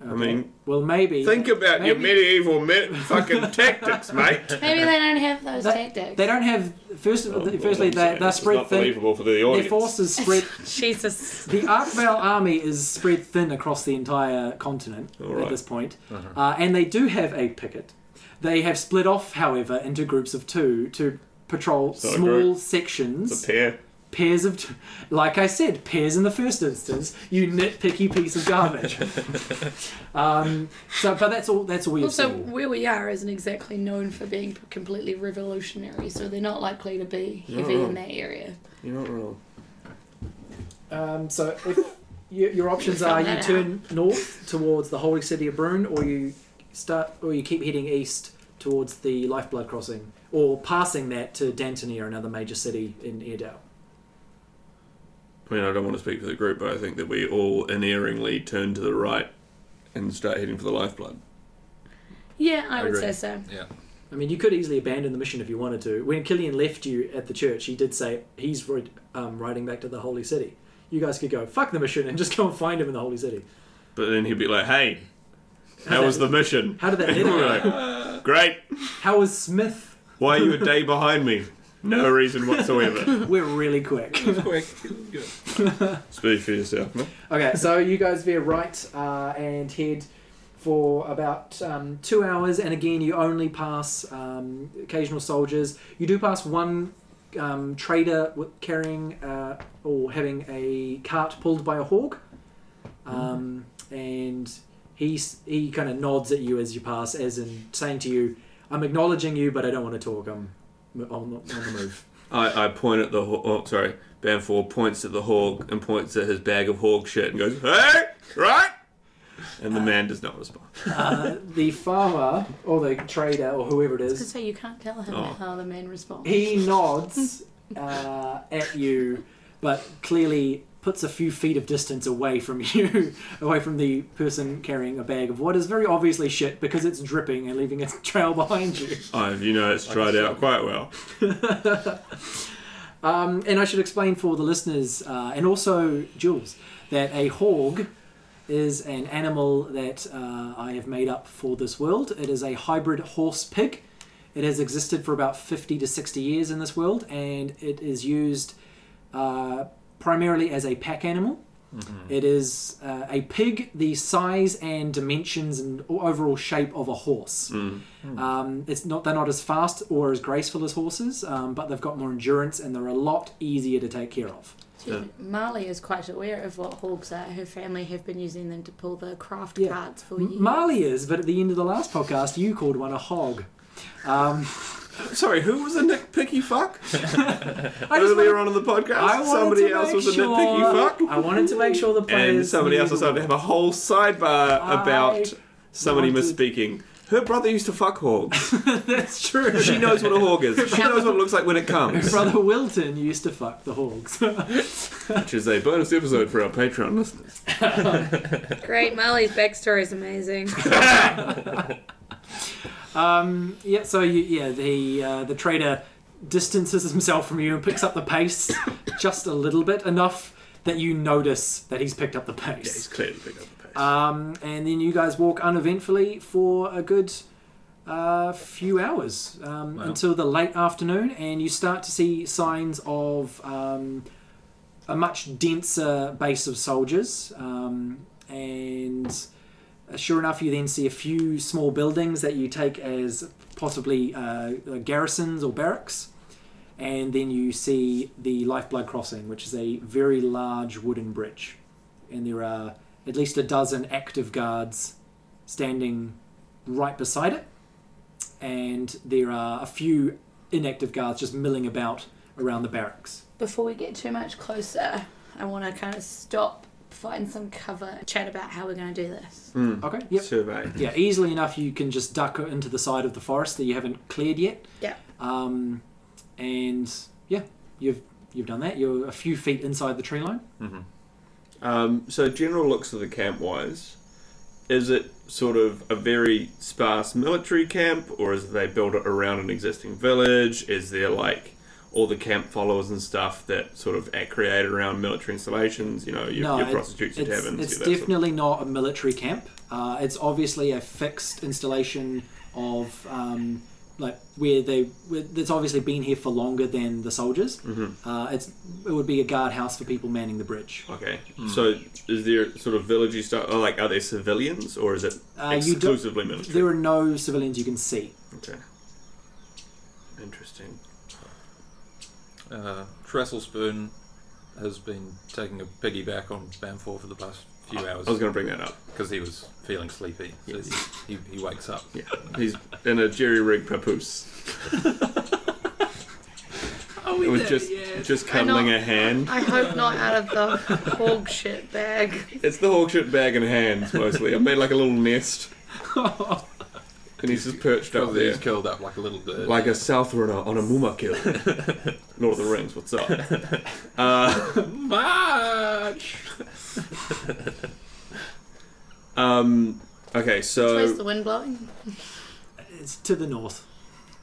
S3: I mean,
S1: Well, maybe.
S3: think about your
S1: maybe-
S3: medieval me- fucking tactics, mate.
S2: Maybe they don't have those
S1: That-
S2: tactics.
S1: They don't have. First,
S3: Oh, well,
S1: firstly, they,
S3: I'm saying
S1: they're
S3: it's
S1: spread
S3: not
S1: thin.
S3: believable for the
S1: Their
S3: audience.
S1: forces spread.
S2: Jesus.
S1: The Arkvale army is spread thin across the entire continent
S3: All
S1: at
S3: right. Uh-huh.
S1: this point, uh, and they do have a picket. They have split off, however, into groups of two to patrol
S3: not a
S1: small
S3: group.
S1: sections,
S3: It's a pair.
S1: pairs of, two. like I said, pairs in the first instance. You nitpicky piece of garbage. um, so, but that's all. That's all you've
S2: Also,
S1: seen.
S2: where we are isn't exactly known for being completely revolutionary, so they're not likely to be heavy
S3: No.
S1: Oh.
S2: in that area.
S3: You're not wrong.
S1: Um, so if you, your options are
S2: Found
S1: you
S2: that
S1: turn north towards the holy city of Brune, or you start, or you keep heading east towards the Lifeblood Crossing, or passing that to Dantony or another major city in Airedale.
S3: I mean, I don't want to speak for the group, but I think that we all unerringly turn to the right and start heading for the lifeblood.
S2: Yeah, I would say
S4: Agreed.
S2: so.
S4: Yeah.
S1: I mean, you could easily abandon the mission if you wanted to. When Killian left you at the church, he did say he's rid- um, riding back to the holy city. You guys could go fuck the mission and just go and find him in the holy city.
S3: But then he'd be like, "Hey, how was the mission?
S1: How did that letter
S3: We're
S1: go?
S3: like, Great.
S1: How was Smith?
S3: Why are you a day behind me? No reason whatsoever.
S1: We're really quick.
S4: Quick. Good.
S3: Speak for yourself. man.
S1: Okay, so you guys veer right uh, and head for about um, two hours, and again, you only pass um, occasional soldiers. You do pass one um, trader w- carrying uh, or having a cart pulled by a hawk, um, and he s- he kind of nods at you as you pass, as in saying to you, "I'm acknowledging you, but I don't want to talk. I'm m- on the, on the move."
S3: I, I point at the hawk. Oh, sorry, Banfor points at the hawk and points at his bag of hawk shit and goes, "Hey, right." And the man does not respond.
S1: uh, the farmer or the trader or whoever it
S2: I was
S1: is
S2: gonna say you can't tell him
S3: Oh.
S2: how the man responds.
S1: He nods uh, at you, but clearly puts a few feet of distance away from you, away from the person carrying a bag of what is very obviously shit because it's dripping and leaving a trail behind you.
S3: Oh, you know, it's tried out quite well.
S1: Um, and I should explain for the listeners uh, and also Jules that a hog is an animal that uh, I have made up for this world. It is a hybrid horse pig. It has existed for about 50 to 60 years in this world and it is used uh, primarily as a pack animal. It is uh, a pig the size and dimensions and o- overall shape of a horse. Um, it's not they're not as fast or as graceful as horses, um, but they've got more endurance and they're a lot easier to take care of.
S2: Excuse me. Marley is quite aware of what hogs are. Her family have been using them to pull the craft
S1: Yeah.
S2: carts for years.
S1: M- Marley is, but at the end of the last podcast, you called one a hog. Um,
S3: Sorry, who was a nitpicky fuck?
S1: I just wanted-
S3: Earlier on in the podcast,
S1: I wanted
S3: somebody
S1: to
S3: else
S1: make
S3: was a
S1: sure,
S3: nitpicky fuck.
S1: I wanted to make sure the players.
S3: And somebody else
S1: knew-
S3: decided to have a whole sidebar
S1: I
S3: about somebody
S1: wanted-
S3: misspeaking. Her brother used to fuck hogs.
S1: That's true.
S3: She knows what a hog is. She knows what it looks like when it comes.
S1: Brother Wilton used to fuck the hogs.
S3: Which is a bonus episode for our Patreon listeners.
S2: Great, Marley's backstory is amazing.
S1: Um, yeah, so you, yeah, the uh, the trader distances himself from you and picks up the pace just a little bit, enough that you notice that he's picked up the
S3: Yeah, he's
S1: pace.
S3: clearly picking up the pace.
S1: um, and then you guys walk uneventfully for a good uh, few hours um,
S4: Wow.
S1: until the late afternoon, and you start to see signs of um, a much denser base of soldiers. Um, and uh, sure enough, you then see a few small buildings that you take as possibly uh, garrisons or barracks. And then you see the Lifeblood Crossing, which is a very large wooden bridge. And there are uh, at least a dozen active guards standing right beside it. And there are a few inactive guards just milling about around the barracks.
S2: Before we get too much closer, I want to kind of stop, find some cover, chat about how we're going to do this.
S1: Okay, yep.
S3: Survey.
S1: Yeah, easily enough, you can just duck into the side of the forest that you haven't cleared yet.
S2: Yeah.
S1: Um, and yeah, you've you've done that. You're a few feet inside the tree line.
S3: Um, so general looks of the camp wise, is it sort of a very sparse military camp, or is it they build it around an existing village? Is there like all the camp followers and stuff that sort of act create around military installations? You know, your, your
S1: it-
S3: prostitutes, your
S1: it's,
S3: taverns.
S1: It's
S3: your that sort of-
S1: definitely not a military camp. Uh, it's obviously a fixed installation of um, like where they. Where, it's obviously been here for longer than the soldiers.
S3: Mm-hmm.
S1: Uh, it's it would be a guardhouse for people manning the bridge.
S3: Okay, so is there sort of villagey stuff? Or like, are there civilians, or is it
S1: Uh, you don't-
S3: exclusively military?
S1: There are no civilians you can see.
S3: Okay, interesting.
S4: Uh, Trestle Spoon has been taking a piggyback on Bamfor for the past few hours
S3: I was going to bring that up.
S4: because he was feeling sleepy. So he, he, he wakes up.
S3: Yeah, he's in a jerry-rigged papoose.
S2: Oh,
S3: It was just just cuddling a hand.
S2: I hope not out of the hog shit bag.
S3: It's the hawk shit bag and hands mostly. I've made like a little nest, and he's just perched up
S4: Probably
S3: there
S4: he's curled up like a little bird.
S3: Oh, like a southerner on a mumakil. Lord of the Rings, what's up? Uh,
S4: March!
S3: um, okay,
S2: Where's the
S3: so
S2: wind blowing?
S1: It's to the north.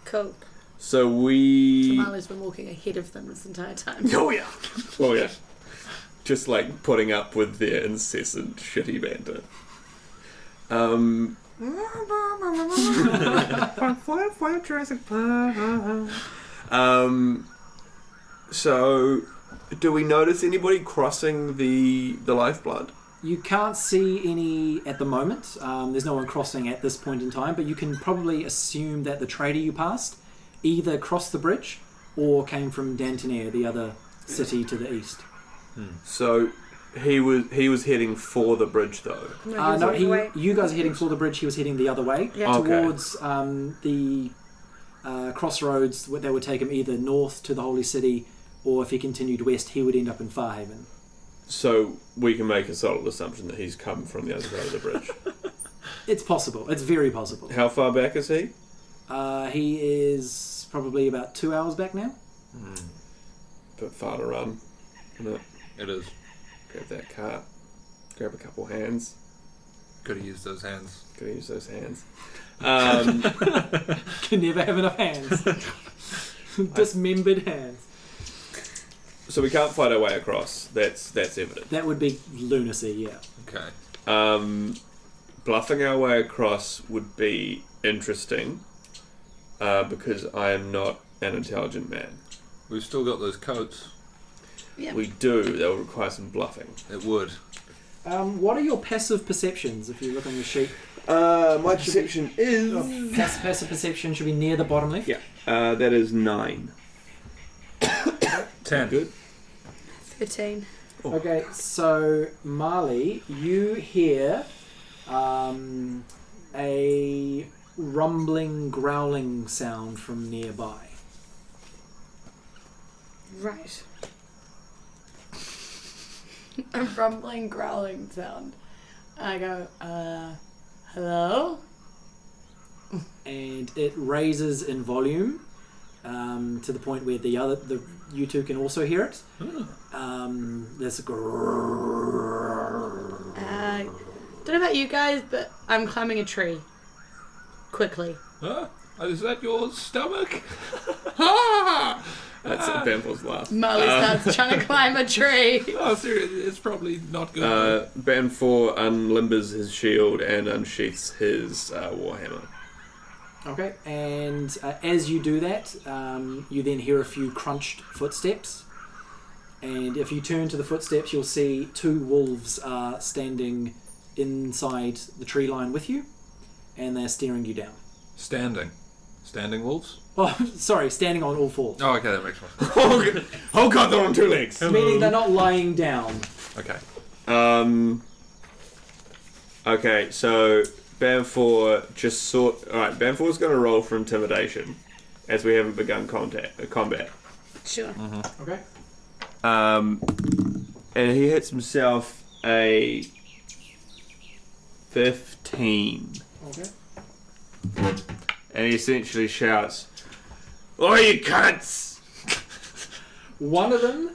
S2: Cool.
S3: so we.
S2: Marley's been walking ahead of them this entire time.
S3: Oh yeah, oh yeah. Just like putting up with their incessant shitty banter. Um. um. So, do we notice anybody crossing the the lifeblood?
S1: You can't see any at the moment. Um, there's no one crossing at this point in time, but you can probably assume that the trader you passed either crossed the bridge or came from Dantonier, the other city to the east.
S3: So, he was he was heading for the bridge though.
S1: Uh, no, he, you guys are heading for the bridge. He was heading the other way
S2: Yeah.
S3: Okay.
S1: towards um, the uh, crossroads that would take him either north to the Holy City, or if he continued west, he would end up in Farhaven.
S3: So we can make a solid assumption that he's come from the other side of the bridge.
S1: It's possible. It's very possible.
S3: How far back is he?
S1: Uh, he is probably about two hours back now.
S3: But far to run. No.
S4: It is.
S3: Grab that cart. Grab a couple hands.
S4: Could have used those hands.
S3: Gotta use those hands. Um,
S1: Can never have enough hands. Dismembered hands.
S3: so we can't fight our way across. That's that's evident.
S1: That would be lunacy, yeah.
S4: Okay.
S3: Um, bluffing our way across would be interesting uh, because I am not an intelligent man.
S4: We've still got those coats.
S2: Yeah.
S3: we do, that will require some bluffing.
S4: It would.
S1: Um, what are your passive perceptions if you look on your sheet?
S3: Uh, my perception is.
S1: Pass- passive perception should be near the bottom left.
S3: Yeah. Uh, that is nine.
S4: Ten.
S3: Good.
S2: 13.
S1: Okay, so Marley, you hear um, a rumbling, growling sound from nearby.
S2: Right. A rumbling, growling sound. I go, uh, hello?
S1: and it raises in volume um, to the point where the other the you two can also hear it. Um, there's a grrrr.
S2: Uh, don't know about you guys, but I'm climbing a tree. Quickly.
S4: Huh? Oh, Is that your stomach?
S3: That's a Banfor's laugh.
S2: Molly
S1: Uh.
S2: starts trying to climb a tree.
S4: Oh, seriously, it's probably not good.
S3: Uh, Banfor unlimbers his shield and unsheaths his uh, warhammer.
S1: Okay, and uh, as you do that, um, you then hear a few crunched footsteps. And if you turn to the footsteps, you'll see two wolves are standing inside the tree line with you, and they're staring you down.
S4: Standing. Standing wolves?
S1: Oh, sorry, standing on all fours.
S4: Oh, okay, that makes more sense.
S3: Oh, g- oh god, they're on two legs!
S1: Meaning they're not lying down.
S4: Okay.
S3: Um. Okay, so Banfor just sort. Alright, Banfor's gonna roll for intimidation, as we haven't begun contact, uh, combat.
S2: Sure.
S1: Okay.
S3: Um, and he hits himself a 15.
S1: Okay.
S3: And he essentially shouts, Oh, you cunts!
S1: One of them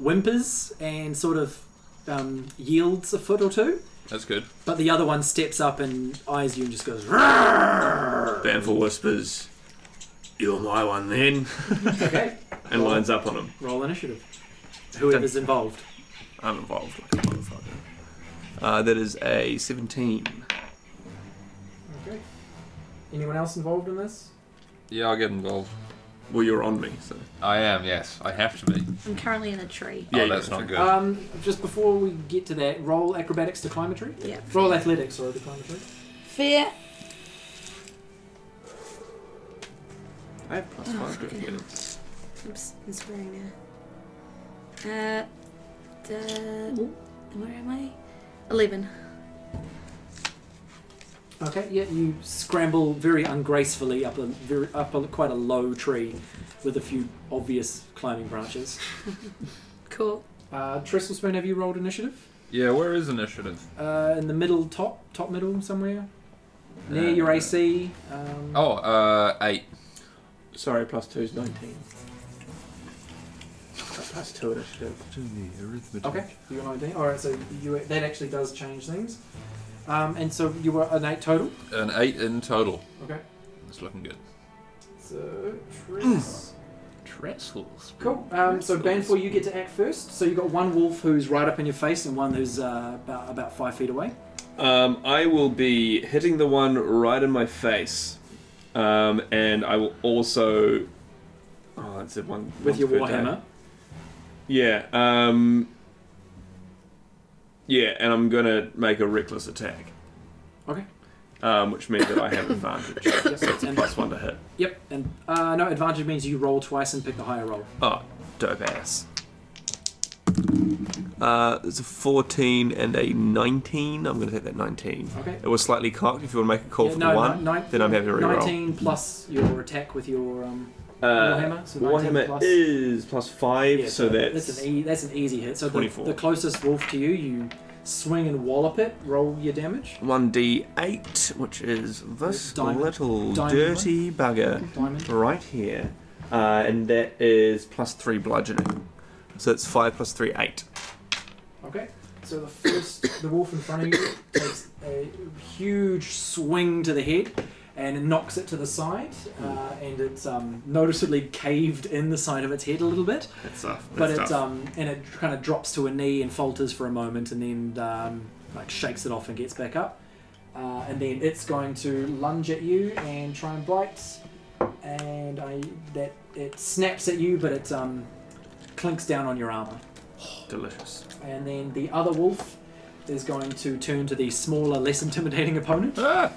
S1: whimpers and sort of um, yields a foot or two,
S4: That's good.
S1: but the other one steps up and eyes you and just goes. "Roar!"
S3: Banfor whispers, You're my one then,
S1: Okay,
S3: and lines up on him.
S1: roll initiative. Whoever's involved.
S3: I'm involved like a motherfucker. Uh, that is a 17.
S1: Okay. Anyone else involved in this?
S4: Yeah, I'll get involved.
S3: Well, you're on me, so.
S4: I am, yes. I have to be.
S2: I'm currently in a tree.
S3: Yeah,
S4: oh, that's
S3: yeah.
S4: not good.
S1: Um, just before we get to that, roll acrobatics to climb a tree.
S2: Yeah.
S1: Roll athletics, sorry, to climb a tree.
S2: Fear.
S3: I have plus
S2: Oh,
S3: five to
S2: fucking
S3: get it.
S2: Oops, I'm swearing now. Uh, the, where am I? 11.
S1: Okay, yeah, you scramble very ungracefully up a very, up a, quite a low tree with a few obvious climbing branches.
S2: Cool.
S1: Uh, Trestle Spoon, have you rolled initiative?
S4: yeah, where is initiative?
S1: Uh, in the middle, top, top middle somewhere. Near
S4: Uh,
S1: your AC. Um,
S4: Oh, uh, eight.
S3: Sorry, plus two is 19. Plus two initiative.
S1: Okay, you got 19. Alright, so you, that actually does change things. Um, and so you were an 8 total.
S4: An eight in total.
S1: Okay.
S4: It's looking good.
S1: So, Tris.
S4: Trestles.
S1: Hmm. Cool. Um, so, Banfor, you get to act first. So, you've got one wolf who's right up in your face and one who's uh, about, about five feet away.
S3: Um, I will be hitting the one right in my face. Um, and I will also. Oh, that's it. One
S1: With
S3: once
S1: your
S3: per day.
S1: warhammer.
S3: Yeah. Um, yeah, and I'm gonna make a reckless attack,
S1: Okay.
S3: um, which means that I have advantage.
S1: Yes, and,
S3: Plus one to hit.
S1: yep. And uh, no, advantage means you roll twice and pick the higher roll.
S3: Oh, dope ass. Uh, there's a 14 and a 19. I'm going to take that 19.
S1: Okay.
S3: It was slightly cocked. If you want to make a call
S1: Yeah,
S3: for
S1: no,
S3: the
S1: ni-
S3: one,
S1: nine-
S3: then I'm happy to reroll.
S1: 19 plus your attack with your. Um,
S3: Uh,
S1: Warhammer, so 19
S3: Warhammer
S1: plus-
S3: is plus 5,
S1: Yeah,
S3: so that's.
S1: that's an e- that's an easy hit. So the,
S3: 24.
S1: the closest wolf to you, you swing and wallop it. Roll your damage.
S3: 1d8, which is this
S1: Diamond-
S3: little
S1: diamond
S3: dirty bugger
S1: Diamond.
S3: right here. Uh, and that is plus 3 bludgeoning. So it's 5 plus 3, 8.
S1: Okay. So the first, the wolf in front of you takes a huge swing to the head and knocks it to the side, uh, and it's um, noticeably caved in the side of its head a little bit.
S3: That's tough.
S1: But it's um, and it kind of drops to a knee and falters for a moment, and then um, like shakes it off and gets back up. Uh, and then it's going to lunge at you and try and bite. And I that it snaps at you, but it um, clinks down on your armor.
S3: Delicious.
S1: And then the other wolf is going to turn to the smaller, less intimidating opponent.
S4: Ah,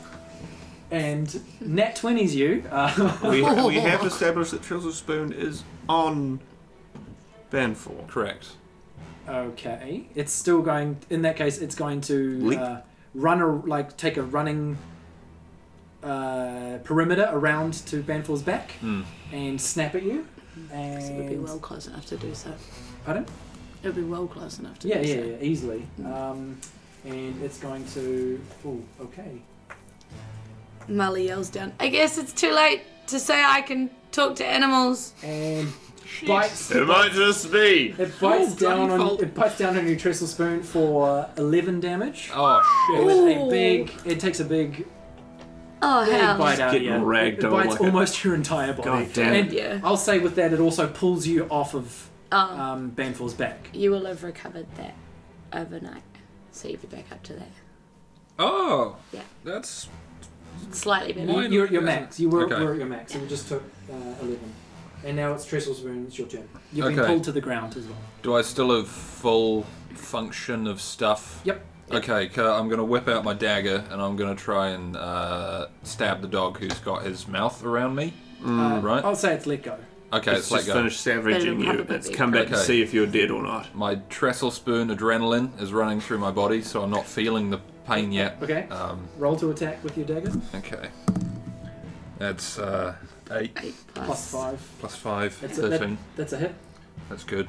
S1: And Nat 20s you. Uh,
S3: We, we have established that Trills of Spoon is on Banfor.
S4: Correct.
S1: okay. It's still going, in that case, it's going to
S3: Leap.
S1: uh, run or like take a running uh, perimeter around to Banfall's back and snap at you.
S2: So it would be
S1: And.
S2: well close enough to do so.
S1: Pardon?
S2: It would be well close enough to
S1: Yeah,
S2: do
S1: yeah,
S2: so.
S1: yeah, easily. Um, and it's going to. Oh, okay.
S2: Molly yells down, I guess it's too late to say I can talk to animals.
S1: And bites.
S5: It might just be.
S1: It bites
S2: Oh,
S1: down on
S2: blindfold.
S1: it bites down on your trestle spoon for eleven damage.
S4: Oh shit.
S1: It was a
S2: Ooh.
S1: big. It takes a big, big
S2: Oh, hell.
S1: bite out of
S3: Getting
S1: you.
S3: ragged
S1: it
S3: on
S1: bites
S3: like a-
S1: almost your entire body.
S3: God damn
S1: and
S3: it.
S2: Yeah.
S1: I'll say with that, it also pulls you off of
S2: Um,
S1: um, Banfall's back.
S2: you will have recovered that overnight. So you'll be back up to that.
S4: Oh.
S2: Yeah.
S4: That's
S2: Slightly better.
S4: Mine-
S1: You're at your max. You were,
S4: Okay.
S1: were at your max. and It just took uh, eleven, and now it's trestle spoon. It's your turn. You've been
S4: Okay.
S1: pulled to the ground as well.
S4: Do I still have full function of stuff?
S1: Yep.
S4: Okay, c- I'm gonna whip out my dagger and I'm gonna try and uh, stab the dog who's got his mouth around me.
S1: uh,
S4: right.
S1: I'll say it's let go.
S4: Okay,
S3: It's
S4: it's like
S3: just
S4: go.
S3: finished savaging
S2: Better
S3: you.
S2: probably
S3: It's
S2: be.
S3: come back to
S4: Okay.
S3: see if you're dead or not.
S4: My trestle spoon adrenaline is running through my body, so I'm not feeling the pain yet.
S1: Okay.
S4: Um,
S1: Roll to attack with your dagger.
S4: okay. That's uh, eight
S2: Eight
S1: Plus
S2: plus.
S1: five.
S4: plus five,
S1: That's a, that,
S4: thirteen.
S1: that's a hit.
S4: That's good.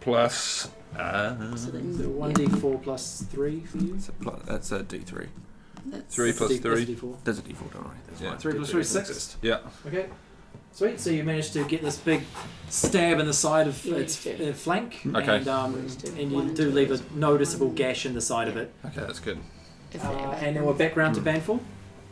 S4: Plus. Uh,
S2: So
S1: So
S2: then,
S1: one
S2: yeah,
S1: d four plus three for you.
S3: That's a, pl- that's a D3.
S2: that's-
S4: Three plus
S1: D- that's
S4: three.
S1: a D4.
S3: That's a D4, don't worry. That's
S4: Yeah.
S3: why
S1: Three plus three is six.
S3: exist.
S4: yeah.
S1: Okay. Sweet. So you managed to get this big stab in the side of
S2: Yeah,
S1: its
S2: you do.
S1: uh, flank,
S4: Okay.
S1: and, um,
S2: Just do
S1: and
S2: one
S1: you
S2: and
S1: do
S2: two.
S1: leave a noticeable gash in the side of it.
S4: Okay, that's good.
S2: if
S1: Uh,
S2: that
S1: and now we're back round to
S4: Hmm.
S1: Banful,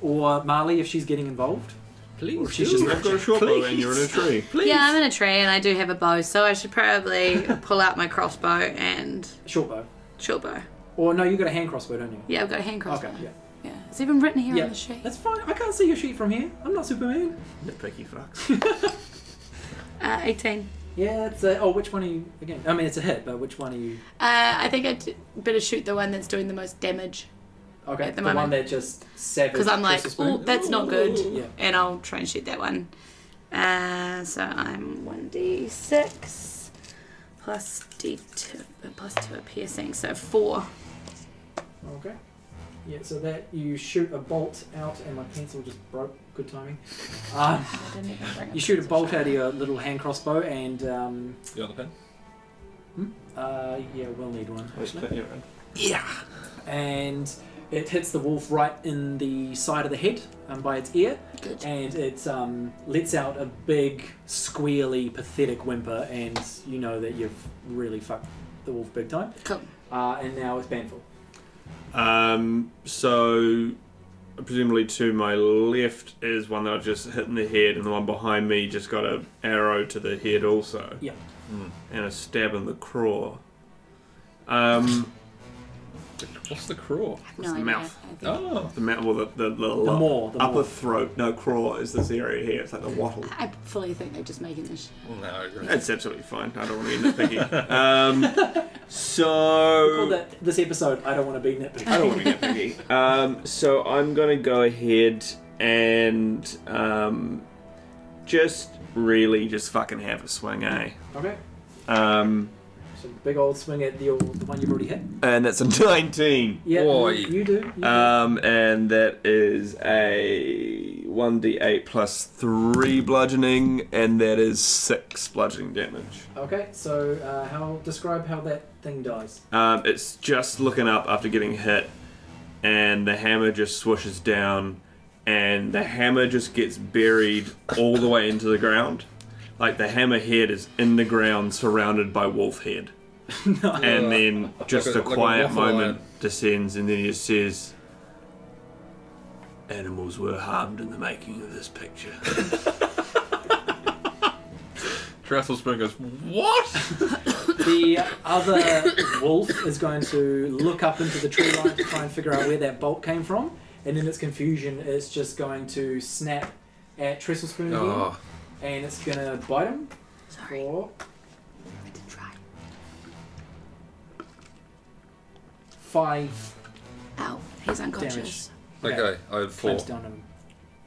S1: or Marley if she's getting involved.
S4: Please.
S1: She's just
S3: I've got a short bow and you're in a tree.
S4: Please.
S2: Yeah, I'm in a tree and I do have a bow, so I should probably pull out my crossbow and
S1: short bow.
S2: short bow.
S1: Or no, you got a hand crossbow, don't you?
S2: Yeah, I've got a hand crossbow.
S1: Okay. Yeah.
S2: yeah. It's even written here
S1: Yeah.
S2: on the sheet. Uh,
S1: That's fine. I can't see your sheet from here. I'm not Superman.
S3: Nitpicky fucks.
S2: Uh, 18.
S1: Yeah. It's a, oh, which one are you again? I mean, it's a hit, but which one are you?
S2: Uh, I think I'd better shoot the one that's doing the most damage
S1: Okay.
S2: At the
S1: the one
S2: moment.
S1: that just savage.
S2: because I'm like,
S1: Crystal Spoon.
S2: oh, that's not good,
S1: Yeah.
S2: and I'll try and shoot that one. Uh, so I'm 1d6 plus d2 plus two are piercing, so four.
S1: Okay. Yeah, so that you shoot a bolt out, and my pencil just broke. Good timing. Um,
S2: I didn't even bring
S1: you shoot a bolt out of your little hand crossbow, and um,
S4: You got the pen?
S1: uh, yeah, we'll need one.
S3: That's
S1: And it hits the wolf right in the side of the head um, by its ear,
S2: Good.
S1: and it um, lets out a big, squealy, pathetic whimper, and you know that you've really fucked the wolf big time.
S2: Cool.
S1: Uh, and now it's banful.
S3: Um, so, presumably to my left is one that I've just hit in the head, and the one behind me just got an arrow to the head also.
S1: Yeah.
S4: Mm.
S3: And a stab in the craw. Um,
S4: What's the craw?
S2: I have
S3: It's
S2: no
S3: the
S2: idea.
S3: mouth.
S2: I think-
S4: Oh.
S3: the, ma- well, the, the, the,
S1: The more, the
S3: upper
S1: more.
S3: throat, no craw, is this area here. It's like the wattle.
S2: I fully think they're just making this.
S4: Oh, No.
S3: That's absolutely fine. I don't want to be nitpicky. um,
S1: Well,
S3: so
S1: that, this episode, I don't want to be nitpicky.
S3: I don't want to be nitpicky. Um, so I'm gonna go ahead and um, just really just fucking have a swing, eh?
S1: Okay.
S3: Um,
S1: So big old swing at the, old, the one you've already hit.
S3: and that's a 19.
S1: Yeah,
S4: Oi. Uh,
S1: you, you do. you do.
S3: Um, and that is a 1d8 plus 3 bludgeoning, and that is 6 bludgeoning damage.
S1: okay, so uh, how describe how that thing dies?
S3: Um, it's just looking up after getting hit, and the hammer just swooshes down, and the hammer just gets buried all the way into the ground. Like the hammer head is in the ground, surrounded by wolf head. And then just
S4: Like a-
S3: a,
S4: like a
S3: quiet
S4: waffle
S3: moment
S4: iron.
S3: descends, and then he just says, "Animals were harmed in the making of this picture."
S4: Trestle Spring goes, What?
S1: The other wolf is going to look up into the tree line to try and figure out where that bolt came from, and in its confusion, it's just going to snap at Trestle Spoon again,
S4: Oh.
S1: and it's gonna bite him
S2: Sorry,
S1: for
S2: I didn't try.
S1: five
S2: Ow, he's unconscious.
S4: Okay, I had four.
S1: clamps down him.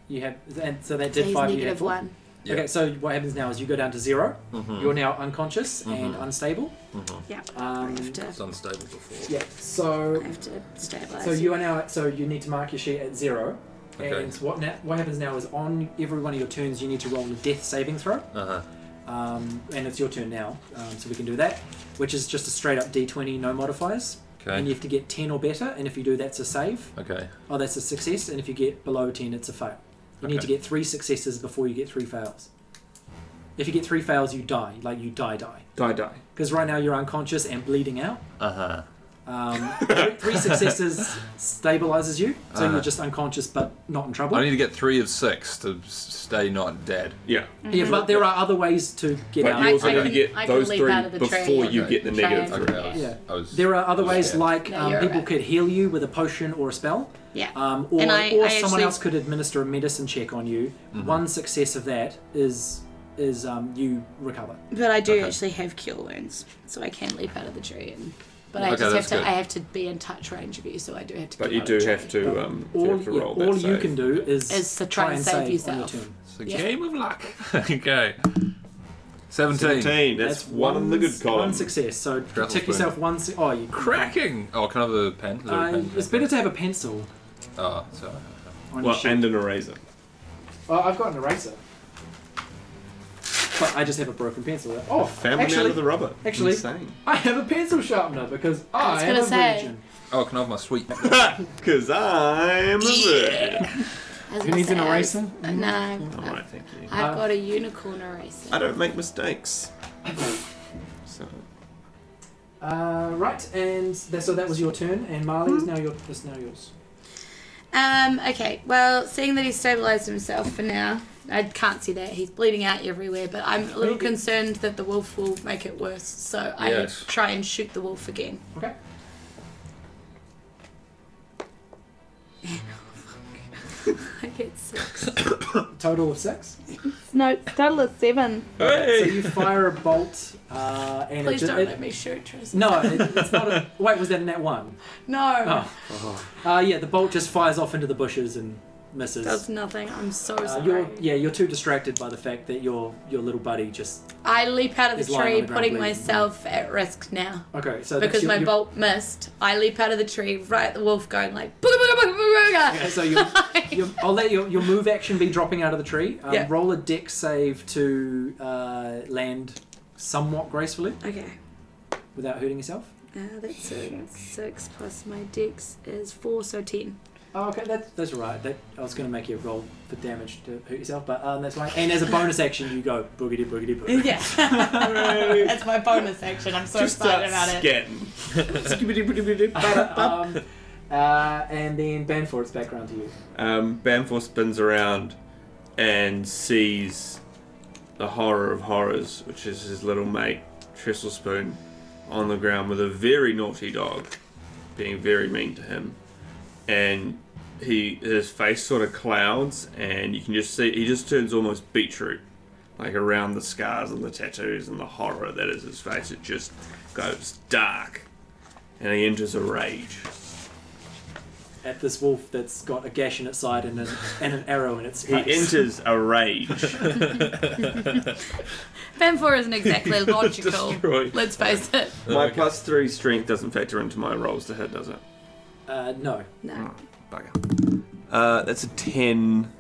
S1: You have, and so that
S2: So
S1: did
S2: he's
S1: five. you had
S2: negative
S1: four.
S2: one.
S4: Yeah.
S1: Okay, so what happens now is you go down to 0 you
S4: Mm-hmm. Mm.
S1: You're now unconscious and unstable.
S2: Yeah. I
S1: Um,
S2: have to,
S4: It's unstable before.
S1: yeah. So
S2: I have to stabilize.
S1: so you are now at, so you need to mark your sheet at zero.
S4: Okay.
S1: And what na- what happens now is on every one of your turns you need to roll a death saving throw.
S4: Uh-huh.
S1: Um, and it's your turn now, um, so we can do that, which is just a straight up D20, no modifiers.
S4: Okay.
S1: And you have to get 10 or better, and if you do, that's a save.
S4: Okay.
S1: Oh, that's a success, and if you get below 10, it's a fail. You need to
S4: Okay.
S1: get three successes before you get three fails. If you get three fails, you die. Like, you die, die.
S3: Die, die.
S1: Because right now you're unconscious and bleeding out.
S4: Uh-huh.
S1: Um, three, three successes stabilizes you, so
S4: Uh-huh.
S1: you're just unconscious but not in trouble.
S4: I need to get three of six to s- stay not dead.
S3: Yeah.
S1: Yeah, but there are other ways to get
S3: But
S1: out.
S3: you also
S6: I
S3: got to
S6: can-
S3: get
S6: I can
S3: those
S6: leap
S3: three
S6: out of the train
S3: before you
S4: and
S3: get the
S6: try
S3: negative
S6: and-
S3: three.
S4: Okay, I was,
S1: Yeah.
S4: I was,
S1: There are other ways,
S4: Yeah.
S1: like
S6: No,
S1: um,
S6: you're
S1: people
S6: right.
S1: could heal you with a potion or a spell,
S2: Yeah.
S1: um, or,
S2: And I-
S1: or
S2: I
S1: someone
S2: actually-
S1: else could administer a medicine check on you.
S3: Mm-hmm.
S1: One success of that is is um, you recover.
S2: but I do
S4: okay.
S2: actually have cure wounds, so I can leap out of the tree. And, but I
S4: Okay,
S2: just have
S4: that's
S2: to.
S4: good.
S2: I have to be in touch range of you, so I do have to.
S3: But
S2: get
S3: you
S2: out
S3: do
S2: of the
S3: have
S2: tree.
S3: to, um, you
S1: All,
S3: have to
S1: yeah,
S3: roll
S1: all
S3: that
S1: you
S3: save.
S1: can do is,
S2: Is to try and save
S1: on your
S2: yourself.
S1: turn.
S4: It's a
S2: Yeah.
S4: game of luck. okay. 17.
S3: 17. That's, one in the good
S1: s-
S3: column.
S1: One success. So
S4: Grapple
S1: tick
S4: spoon.
S1: yourself one. Su- oh, you
S4: Cracking! Oh, can I have a pen? Is there a
S1: Uh,
S4: pen?
S1: it's better to have a pencil.
S4: Oh, sorry.
S1: On your
S3: Well,
S1: sheet.
S3: and an eraser.
S1: oh, I've got an eraser, but I just have a broken pencil. Oh,
S3: Family
S1: actually,
S3: out of the rubber.
S1: actually-
S3: Insane.
S1: I have a pencil sharpener because I,
S2: was
S1: am
S2: gonna
S1: a
S2: say.
S1: virgin.
S4: Oh, can I have my sweet?
S3: Because I'm a virgin.
S2: I was
S1: Who
S2: gonna
S1: needs an
S2: say, I was-
S1: eraser?
S2: No,
S3: All right, thank you.
S1: Uh,
S2: I've got a unicorn eraser.
S3: I don't make mistakes. So,
S1: Uh, right, and th- so that was your turn, and Marley
S2: Hmm.
S1: is now your is now yours.
S2: Um, okay, well, seeing that he's stabilized himself for now, I can't see that. He's bleeding out everywhere, but I'm a little
S1: Maybe.
S2: concerned that the wolf will make it worse, so
S4: Yes.
S2: I try and shoot the wolf again.
S1: Okay.
S2: I get six.
S1: Total of six.
S2: No, total is seven.
S1: So you fire a bolt, uh, and
S2: Please
S1: it, ju-
S2: don't
S1: it-
S2: let me shoot, Tris.
S1: No, it, it's not. A, wait, was that a net one?
S2: No,
S1: Oh.
S2: Uh-huh.
S1: Uh, yeah, the bolt just fires off into the bushes and misses.
S2: does nothing. I'm so
S1: Uh,
S2: sorry.
S1: you're yeah, you're too distracted by the fact that your your little buddy just
S2: I leap out of
S1: He's
S2: the
S1: lying on
S2: tree,
S1: the ground
S2: putting
S1: bleeding.
S2: myself at risk now.
S1: okay. So that's
S2: Because
S1: your-
S2: my
S1: your-
S2: bolt missed, I leap out of the tree right at the wolf, going like booga booga booga booga
S1: Okay,
S2: booga.
S1: so your, your, I'll let your, your move action be dropping out of the tree. Um,
S2: Yeah.
S1: Roll a deck save to uh, land somewhat gracefully
S2: Okay.
S1: without hurting yourself.
S2: Uh, that's a six plus my dex is four, so ten.
S1: Oh, okay, that's that's all right. That, I was going to make you roll for damage to hurt yourself, but um, that's fine. And as a bonus action, you go boogity boogity boogity.
S2: Yeah, that's my bonus action. I'm so
S3: just start scatting.
S1: um, uh, and then Banfor, it's back around to you.
S3: Um, Bamfor spins around and sees the horror of horrors, which is his little mate, Trestle Spoon, on the ground with a very naughty dog, being very mean to him. And he his face sort of clouds, and you can just see he just turns almost beetroot, like around the scars and the tattoos and the horror that is his face. It just goes dark, and he enters a rage.
S1: At this wolf that's got a gash in its side and an, and an arrow in its
S3: He
S1: face.
S3: enters a rage.
S2: Fanfor isn't exactly logical.
S3: Destroyed.
S2: Let's face it.
S3: My
S4: Okay.
S3: plus three strength doesn't factor into my rolls to hit, does it?
S1: uh, no.
S2: No.
S3: Bugger. Uh, that's a ten.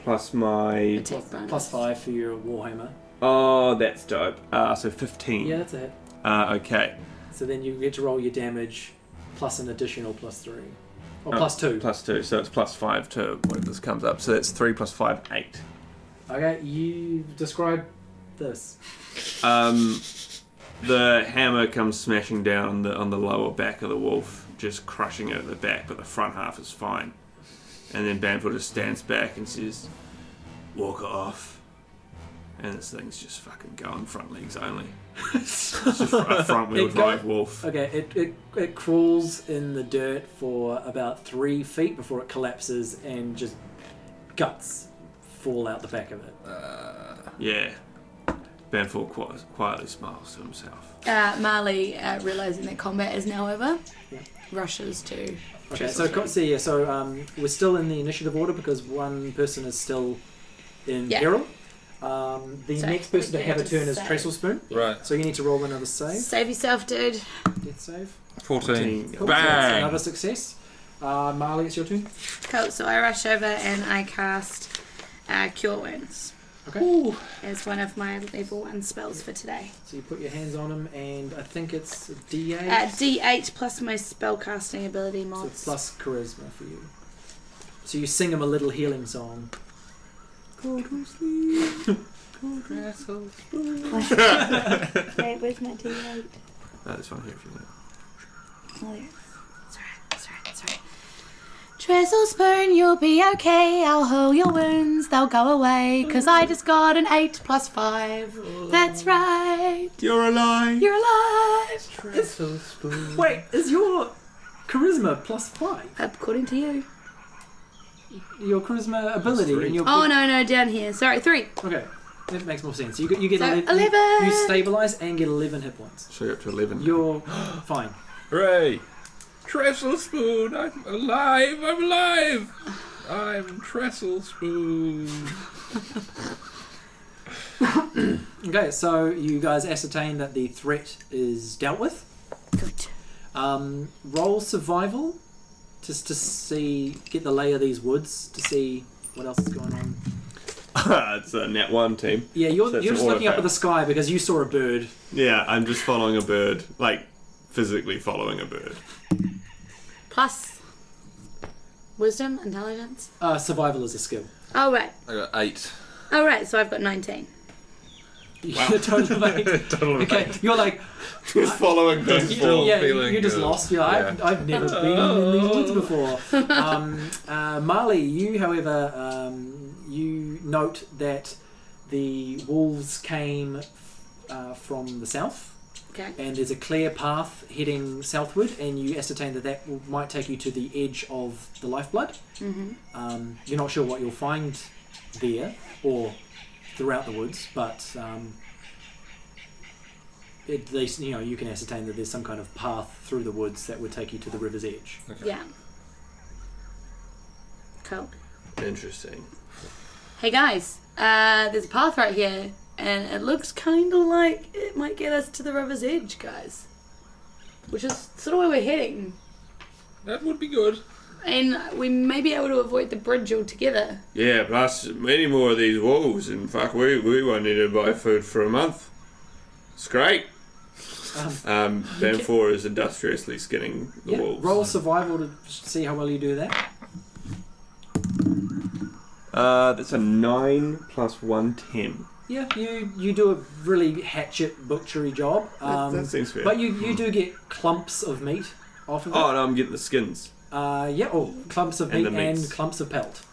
S3: Plus my
S2: Attack bonus.
S1: Plus five for your Warhammer.
S3: oh, that's dope. Uh, so fifteen.
S1: Yeah, that's a hit.
S3: Uh, okay.
S1: So then you get to roll your damage plus an additional plus three. Or
S3: Oh,
S1: plus two.
S3: Plus two. So it's plus five to whatever this comes up. So that's three plus five, eight.
S1: Okay, you describe this.
S3: Um, the hammer comes smashing down on the on the lower back of the wolf, just crushing it at the back, but the front half is fine. And then Bamford just stands back and says, "Walk it off." And this thing's just fucking going front legs only. it's a, fr- a front wheel
S1: It
S3: drive
S1: go-
S3: wolf.
S1: Okay, it, it, it crawls in the dirt for about three feet before it collapses and just guts fall out the back of it.
S4: Uh,
S3: Yeah. Banfor qui- quietly smiles to himself.
S2: Uh, Marley, uh, realizing that combat is now over, rushes to.
S1: Okay, so co- so yeah, so um, we're still in the initiative order because one person is still in
S2: Yeah.
S1: peril. Um, the
S2: So
S1: next person to
S2: we
S1: have a
S2: have to
S1: turn is
S2: save.
S1: Trestle Spoon.
S4: Right.
S1: So you need to roll another save,
S2: Save yourself, dude.
S1: death save.
S4: 14.
S1: Cool, so that's
S4: Bang!
S1: another success. Uh, Marley, it's your turn.
S2: Cool. So I rush over and I cast uh, Cure Wounds
S1: Okay.
S2: as one of my level one spells for today.
S1: So you put your hands on him, and I think it's D8.
S2: Uh, D8 plus my spellcasting ability
S1: so it's
S2: mods.
S1: plus charisma for you. So you sing him a little healing song.
S7: Wait, where's my D8?
S3: Oh, this one here if you want.
S7: Oh, yeah.
S2: Sorry, sorry, sorry. Trestle spoon, you'll be okay. I'll heal your wounds, they'll go away. Cause I just got an 8 plus 5. That's right,
S3: You're alive!
S2: you're alive.
S1: Wait, is your charisma plus five?
S2: According to you.
S1: Your charisma ability
S3: three.
S1: and your
S2: Oh no, no, down here. Sorry, 3.
S1: Okay, that makes more sense. You get, you get
S2: So,
S1: 11,
S2: 11.
S1: You stabilize and get 11 hit points.
S3: So you're up to 11.
S1: You're fine.
S4: Hooray! Trestle Spoon! I'm alive! I'm alive! I'm Trestle Spoon!
S1: Okay, so you guys ascertain that the threat is dealt with.
S2: Good.
S1: Um, roll survival just to see, get the lay of these woods to see what else is going on.
S3: it's a net one team.
S1: Yeah, you're,
S3: So it's
S1: you're
S3: an
S1: just looking up
S3: auto
S1: at the sky because you saw a bird.
S3: Yeah, I'm just following a bird. Like, physically following a bird.
S2: Plus wisdom, intelligence.
S1: Uh, survival is a skill.
S2: All right,
S4: I got 8.
S2: all right. So I've got 19.
S1: You're totally like, okay, you're like,
S3: Just following birds.
S4: Still
S1: yeah, you-
S4: feeling
S1: you're just
S4: good.
S1: lost. You're like, I've, I've never been in these woods before. Um, uh, Marley, you, however, um, you note that the wolves came uh, from the south,
S2: Okay.
S1: and there's a clear path heading southward, and you ascertain that that will, might take you to the edge of the lifeblood. Um, you're not sure what you'll find there or throughout the woods, but um, it, they, you know you can ascertain that there's some kind of path through the woods that would take you to the river's edge.
S2: Yeah. Cool.
S3: Interesting.
S2: Hey guys, uh, there's a path right here, and it looks kind of like it might get us to the river's edge, guys. Which is sort of where we're heading,
S4: That would be good.
S2: and we may be able to avoid the bridge altogether.
S3: Yeah, plus many more of these wolves, and fuck, we, we won't need to buy food for a month. It's great. Um, Banfor is industriously skinning the
S1: Yeah,
S3: wolves.
S1: Roll survival to see how well you do that.
S3: Uh, that's a 9 plus 1, 10.
S1: Yeah, you you do a really hatchet butchery job. Um,
S3: that seems fair.
S1: But you, you do get clumps of meat off of it.
S3: Oh, no, I'm getting the skins.
S1: Uh, yeah, oh, clumps of
S3: And
S1: meat
S3: the
S1: and,
S3: meats.
S1: clumps of pelt.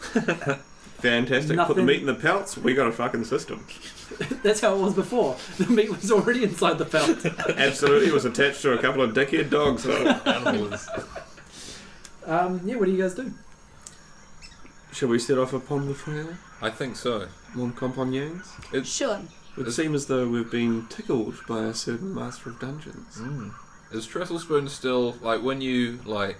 S3: Fantastic. Put the
S1: Nothing-
S3: meat in the pelts, we got a fucking system.
S1: That's how it was before. The meat was already inside the pelt.
S3: Absolutely was attached to a couple of dickhead dogs. So.
S4: Animals.
S1: Um, yeah, what do you guys do?
S3: Shall we set off upon the trail,
S4: I think so.
S3: mon compagnons?
S2: Sure.
S3: It would seem as though we've been tickled by a certain master of dungeons.
S4: Is Trestle Spoon still, like, when you, like,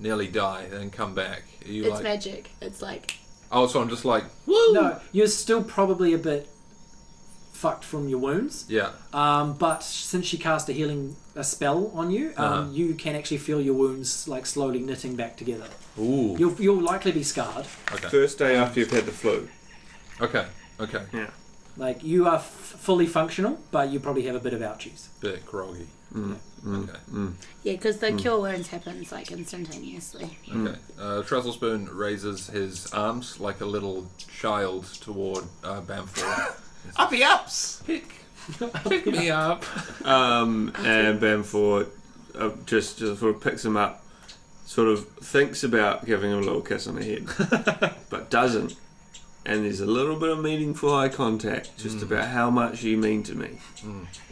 S4: nearly die and come back, are you
S2: It's
S4: like.
S2: magic. It's like
S4: Oh, so I'm just like,
S1: No, you're still probably a bit fucked from your wounds.
S4: yeah.
S1: Um, but since she cast a healing a spell on you, um,
S4: Uh-huh.
S1: you can actually feel your wounds like slowly knitting back together.
S4: Ooh.
S1: You'll, you'll likely be scarred.
S3: First day after you've had the flu.
S4: Okay, okay.
S1: Like you are f- fully functional, but you probably have a bit of ouchies.
S4: Bit groggy. Okay.
S2: yeah, because
S3: Hmm.
S2: the cure wounds happens like instantaneously.
S4: Okay. Uh, Trestle Spoon raises his arms like a little child toward uh, Bamfor.
S3: Uppy ups!
S4: Pick, pick me up.
S3: Um, and Bamfor uh, just, just sort of picks him up, sort of thinks about giving him a little kiss on the head, but doesn't. And there's a little bit of meaningful eye contact just about how much you mean to me.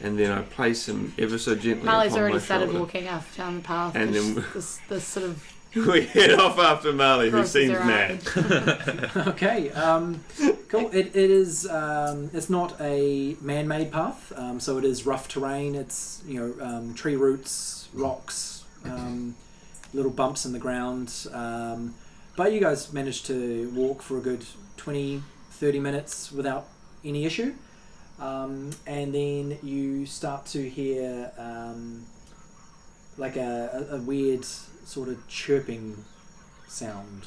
S3: And then I place him ever so gently.
S2: Marley's
S3: upon
S2: already
S3: my
S2: started
S3: shoulder.
S2: walking up down the path.
S3: And
S2: this,
S3: then-
S2: this, this sort of
S3: we head off after Marley, who
S8: Crosses
S3: seems
S8: her
S3: mad.
S1: Okay, um, cool. It, it is. Um, it's not a man-made path, um, so it is rough terrain. It's you know um, tree roots, rocks, um, little bumps in the ground. Um, but you guys managed to walk for a good 20, 30 minutes without any issue. Um, and then you start to hear um, like a, a, a weird sort of chirping sound.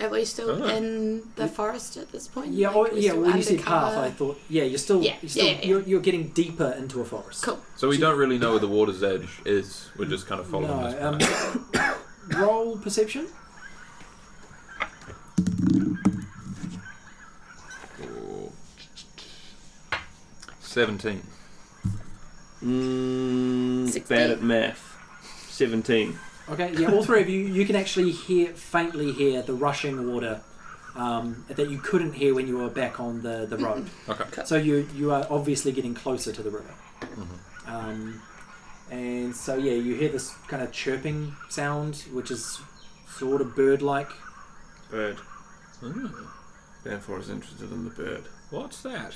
S2: Are we still
S3: Ah.
S9: Oh.
S2: in the forest at this point?
S1: Yeah,
S2: Like,
S1: or,
S2: we're
S1: yeah.
S2: still
S1: When you said
S2: undercover?
S1: path, I thought, yeah, you're still,
S2: Yeah,
S1: you're, still
S2: yeah, yeah, yeah.
S1: You're, you're getting deeper into a forest.
S2: Cool.
S4: So we don't really know where the water's edge is. We're just kind of following
S1: No,
S4: this.
S1: um,
S4: path.
S1: roll perception.
S4: Seventeen.
S9: Mm,
S2: Sixteen.
S9: bad at math. 17.
S1: Okay, yeah, all three of you, you can actually hear faintly hear the rushing water um, that you couldn't hear when you were back on the, the road.
S2: Mm-hmm.
S4: Okay.
S1: So you you are obviously getting closer to the river. Um, and so yeah, you hear this kind of chirping sound, which is sort of bird-like.
S3: Bird.
S4: Hmm,
S3: Therefore, is interested in the bird.
S4: What's that?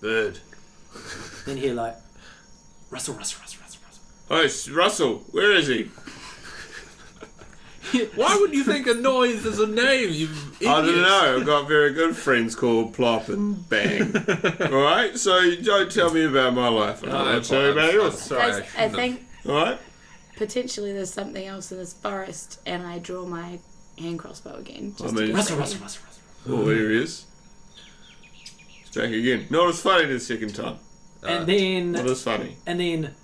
S3: Bird.
S1: Then you hear like rustle, rustle, rustle, rustle, rustle.
S3: Oh, it's Russell, where is he?
S4: Why would you think a noise is a name? You idiot?
S3: I don't know. I've got very good friends called Plop and Bang. All right, so don't tell me about my life. and
S4: No,
S3: I'll
S4: that's
S3: tell you
S4: fine.
S3: about yours.
S4: Sorry, I
S2: Guys, I
S4: shouldn't have-
S2: think
S3: All right.
S2: potentially there's something else in this forest, and I draw my hand crossbow again. Just
S3: I mean-
S2: to get
S1: Rustle,
S2: ready.
S1: rustle, rustle, rustle.
S3: Oh, there he is. He's back again. Not as funny the second time.
S4: Uh,
S1: And then
S3: Not as funny.
S1: and then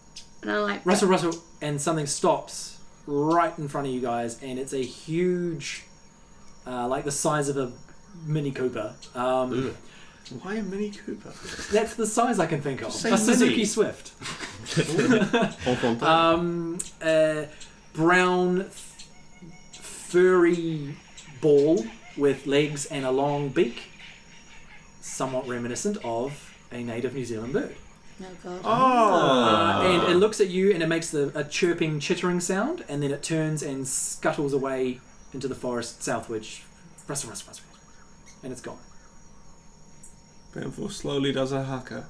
S2: And I'm like,
S1: rustle rustle and something stops right in front of you guys and it's a huge uh, like the size of a mini cooper um,
S3: Why a Mini Cooper?
S1: that's the size i can think of
S3: say
S1: a suzuki
S3: mini.
S1: swift
S3: Uh,
S1: um, uh, brown f- furry ball with legs and a long beak somewhat reminiscent of a native new zealand bird
S2: oh god.
S3: Ah.
S1: Uh, and it looks at you and it makes the, a chirping, chittering sound, and then it turns and scuttles away into the forest southward. Rustle, rustle, rustle. And it's gone.
S3: Bamfor slowly does a haka.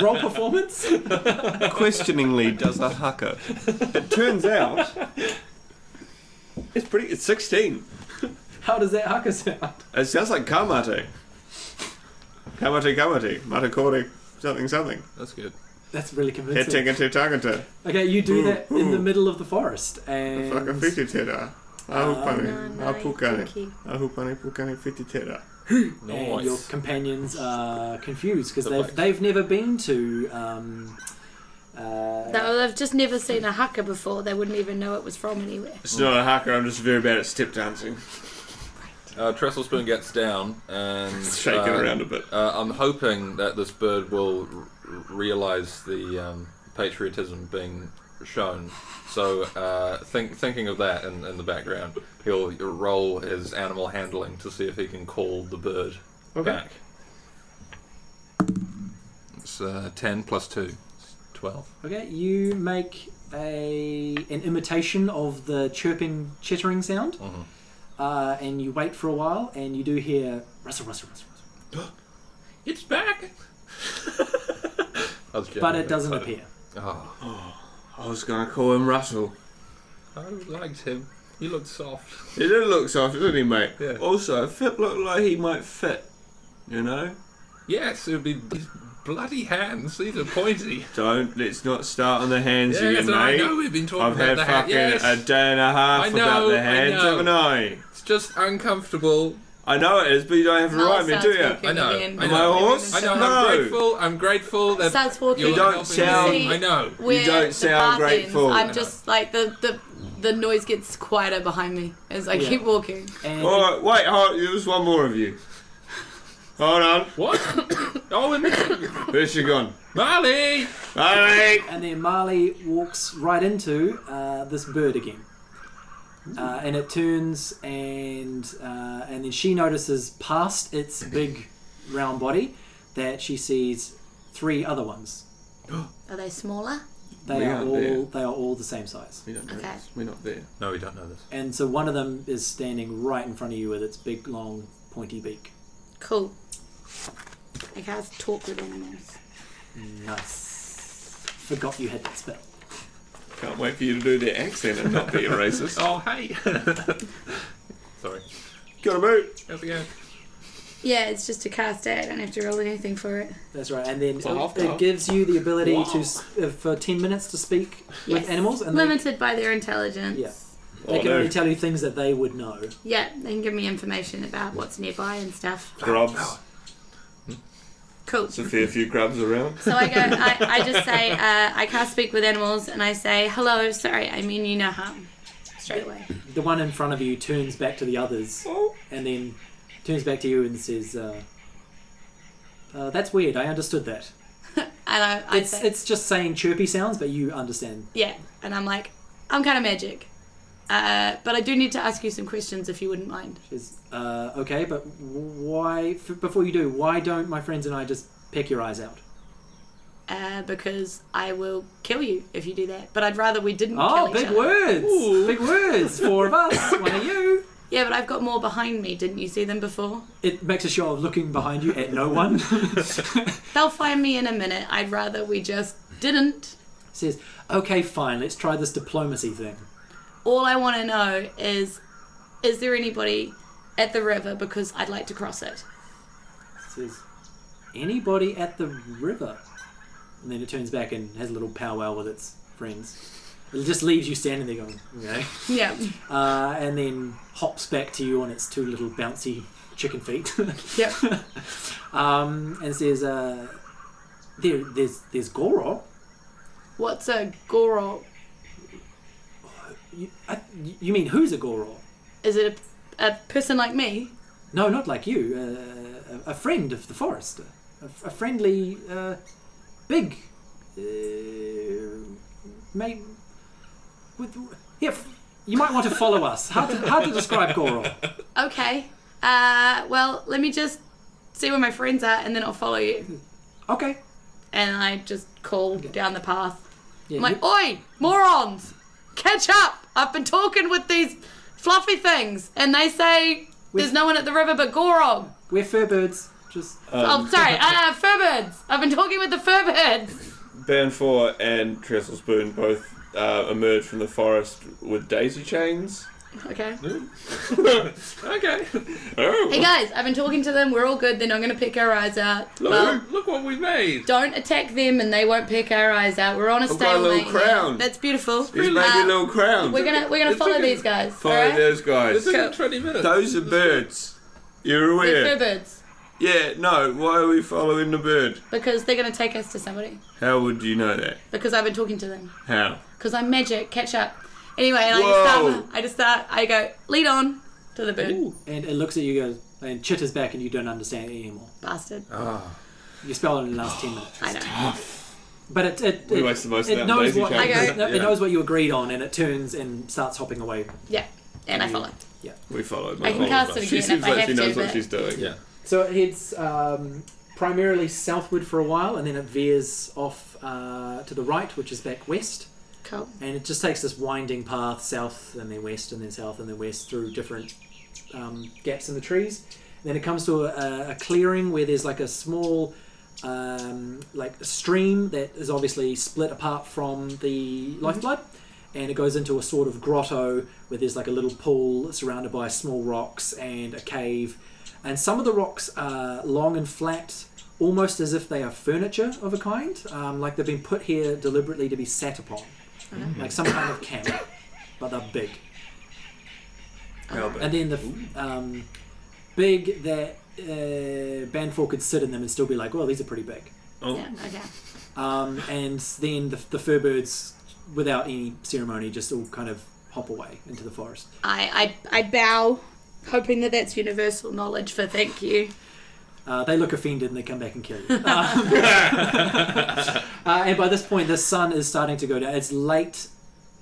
S1: Roll performance?
S3: Questioningly does a haka. It turns out it's pretty. It's sixteen.
S1: How does that haka sound?
S3: It sounds like kamate. Kamate kamate matakore something something.
S4: that's good.
S1: That's really convincing.
S3: Hetinga te tangata.
S1: Okay, you do
S3: Ooh,
S1: that in the
S3: ooh.
S1: middle of the forest, and
S3: Fuck a fifty tera.
S2: No,
S3: Ahupane.
S2: Ah, no, thank
S3: Ahupukane.
S2: you.
S3: Ahupane pukane fifty tera.
S1: and your
S4: Noise.
S1: companions are confused because
S4: The
S1: they've,
S4: bike.
S1: they've never been to. Um, uh,
S2: No, they've just never seen a haka before. They wouldn't even know it was from anywhere.
S3: It's not a haka. I'm just very bad at step dancing.
S4: Uh, Trestle Spoon gets down and
S3: Shaking
S4: uh,
S3: around a bit.
S4: Uh, I'm hoping that this bird will r- realize the um, patriotism being shown. So, uh, think, thinking of that in, in the background, he'll roll his animal handling to see if he can call the bird back. It's uh, 10 plus 2, it's 12.
S1: Okay, you make a an imitation of the chirping, chittering sound,
S3: Mm-hmm.
S4: Mhm.
S1: uh, and you wait for a while, and you do hear rustle, rustle, rustle, rustle.
S4: It's back! I was
S1: but
S4: genuinely
S1: it doesn't
S4: excited.
S1: appear.
S4: Oh,
S3: I was gonna call him Russell.
S4: I liked him. He looked soft.
S3: He did look soft, didn't he, mate?
S4: Yeah.
S3: Also, Fit looked like he might fit. You know?
S4: Yes, it would be these bloody hands. These are pointy.
S3: Don't let's not start on the hands
S4: Yes,
S3: again,
S4: I
S3: mate.
S4: know we've been talking
S3: I've
S4: about
S3: had
S4: the
S3: fucking uh,
S4: hand.
S3: a day and a half
S4: I
S3: about
S4: know, I
S3: the hands,
S4: know.
S3: haven't I?
S4: It's just uncomfortable.
S3: I know it is, but you don't have to
S2: Mel
S3: ride me, do
S2: starts
S3: you?
S2: walking
S4: I know.
S2: again.
S3: Am I
S4: I
S3: a
S4: know.
S3: horse?
S4: I know.
S3: No.
S4: I'm grateful. I'm grateful that
S2: Starts walking.
S4: you're
S3: You don't
S4: helping
S3: sound-
S4: me. I know.
S2: Where
S3: don't
S2: the
S3: sound
S2: path ends,
S3: grateful.
S2: I'm just like the, the the noise gets quieter behind me as I
S1: Yeah.
S2: keep walking.
S1: And
S3: Alright, wait, hold, there's one more of you. Hold on.
S4: What? oh, we're missing
S3: Where's she gone?
S4: Marley.
S3: Alright.
S1: and then Marley walks right into uh, this bird again, uh, and it turns, and uh, and then she notices past its big round body that she sees three other ones.
S2: Are they smaller?
S1: They
S3: We
S1: are
S3: aren't
S1: all
S3: there.
S1: they are all the same size.
S3: We don't know
S2: Okay.
S3: this. We're not there.
S4: No, we don't know this.
S1: And so one of them is standing right in front of you with its big, long, pointy beak.
S2: Cool. I can't talk with animals.
S1: Nice. Forgot you had that spell.
S3: Can't wait for you to do their accent and not be a racist.
S4: Oh, hey! Sorry.
S3: Gotta boot.
S4: How's it going?
S2: Yeah, it's just a cast day. I don't have to roll anything for it.
S1: That's right. And then
S3: a half
S1: it, it
S3: dog.
S1: gives you the ability to s- uh, for ten minutes to speak
S2: Yes.
S1: with animals, and they,
S2: Limited by their intelligence.
S1: Yeah. they
S3: Oh,
S1: can only
S3: no.
S1: tell you things that they would know.
S2: Yeah, they can give me information about what's nearby and stuff.
S3: Grubs.
S2: Cool.
S3: There's a fair few grubs around.
S2: So I go, I, I just say, uh, I can't speak with animals, and I say, hello, sorry, I mean you no harm. Straight away.
S1: The one in front of you turns back to the others, and then turns back to you and says, uh, uh, "That's weird. I understood that.
S2: And I, I
S1: It's
S2: say,
S1: it's just saying chirpy sounds, but you understand.
S2: yeah, and I'm like, I'm kind of magic. Uh, but I do need to ask you some questions if you wouldn't mind.
S1: Is uh, okay, but why? F- before you do, why don't my friends and I just peck your eyes out?
S2: Uh, because I will kill you if you do that. But I'd rather we didn't kill
S1: Oh,
S2: each
S1: big
S2: other.
S1: words! Big words! Four of us, one of you.
S2: Yeah, but I've got more behind me. Didn't you see them before?
S1: It makes a show of looking behind you at no one.
S2: They'll find me in a minute. I'd rather we just didn't.
S1: Says, okay, fine, let's try this diplomacy thing.
S2: All I want to know is is there anybody at the river because I'd like to cross it?
S1: Says, anybody at the river? And then it turns back and has a little powwow with its friends. It just leaves you standing there going, okay.
S2: Yeah.
S1: Uh, and then hops back to you on its two little bouncy chicken feet.
S2: Yep.
S1: um, and says, uh, there, there's, there's Goro.
S2: What's a Goro?
S1: You, I, you mean who's a Goro?
S2: Is it a, a person like me?
S1: No, not like you. Uh, a, a friend of the forest. A, a friendly, uh, big. Uh, may, with, yeah, f- you might want to follow us. How to, how to describe Goro?
S2: Okay. Uh, well, let me just see where my friends are and then I'll follow you.
S1: Okay.
S2: And I just call down the path.
S1: Yeah,
S2: I'm like,
S1: you-
S2: oi, morons, catch up. I've been talking with these fluffy things and they say there's no one at the river but Gorog.
S1: we're furbird's. Just
S2: oh, sorry, uh, Furbirds. I've been talking with the Furbirds.
S3: Banfor and Trestle Spoon both uh, emerge from the forest with daisy chains.
S2: Okay.
S3: okay. Oh,
S2: Hey guys, I've been talking to them. We're all good. They're not going to pick our eyes out. Well,
S4: Look what we made!
S2: don't attack them and they won't pick our eyes out. We're on a
S3: I've got a little
S2: stalemate. here.
S3: crown.
S2: That's beautiful.
S3: These
S2: Uh,
S3: maybe little crowns.
S2: we're gonna we're gonna
S4: It's
S2: follow
S4: okay.
S2: these guys.
S3: Follow
S2: all right?
S3: those
S4: This
S3: guys.
S4: isn't 20 minutes.
S3: Those are birds. You're
S2: They're
S3: aware.
S2: Furbirds
S3: Yeah, no, why are we following the bird?
S2: because they're going to take us to somebody.
S3: How would you know that?
S2: Because I've been talking to them.
S3: How?
S2: Because I'm magic. Catch up. Anyway, and I
S3: Whoa.
S2: just start. I just start. I go lead on to the bird.
S1: and it looks at you goes and chitters back, and you don't understand it anymore.
S2: Bastard.
S3: Oh,
S1: You spell it in the last ten minutes.
S2: I know.
S1: But it it,
S3: We
S1: it,
S3: wasted most of that
S1: it
S3: on
S1: knows
S3: daisy
S1: what
S3: chains.
S2: Okay.
S1: it, kno- it knows what you agreed on, and it turns and starts hopping away.
S2: Yeah. And I follow.
S3: We followed.
S2: I can
S3: Mother.
S2: cast it
S3: She
S2: again
S3: seems
S2: if I
S3: like
S2: have
S3: she
S2: to,
S3: knows what
S2: but-
S3: she's doing.
S4: Yeah.
S1: So it heads um, primarily southward for a while, and then it veers off uh, to the right, which is back west,
S2: Cool.
S1: and it just takes this winding path south and then west and then south and then west through different um, gaps in the trees. then it comes to a, a clearing where there's like a small um, like a stream that is obviously split apart from the lifeblood. And it goes into a sort of grotto where there's like a little pool surrounded by small rocks and a cave. And some of the rocks are long and flat, almost as if they are furniture of a kind, um, like they've been put here deliberately to be sat upon, like some kind of camp, but they're big.
S3: How big?
S1: And then the f- um, big that uh, Banfor could sit in them and still be like, well, these are pretty big.
S3: Oh.
S2: Yeah. Okay.
S1: Um, and then the, the furbirds, without any ceremony, just all kind of hop away into the forest.
S2: I, I, I bow, hoping that that's universal knowledge for thank you.
S1: Uh, they look offended and they come back and kill you. Um, uh, and by this point, the sun is starting to go down. It's late,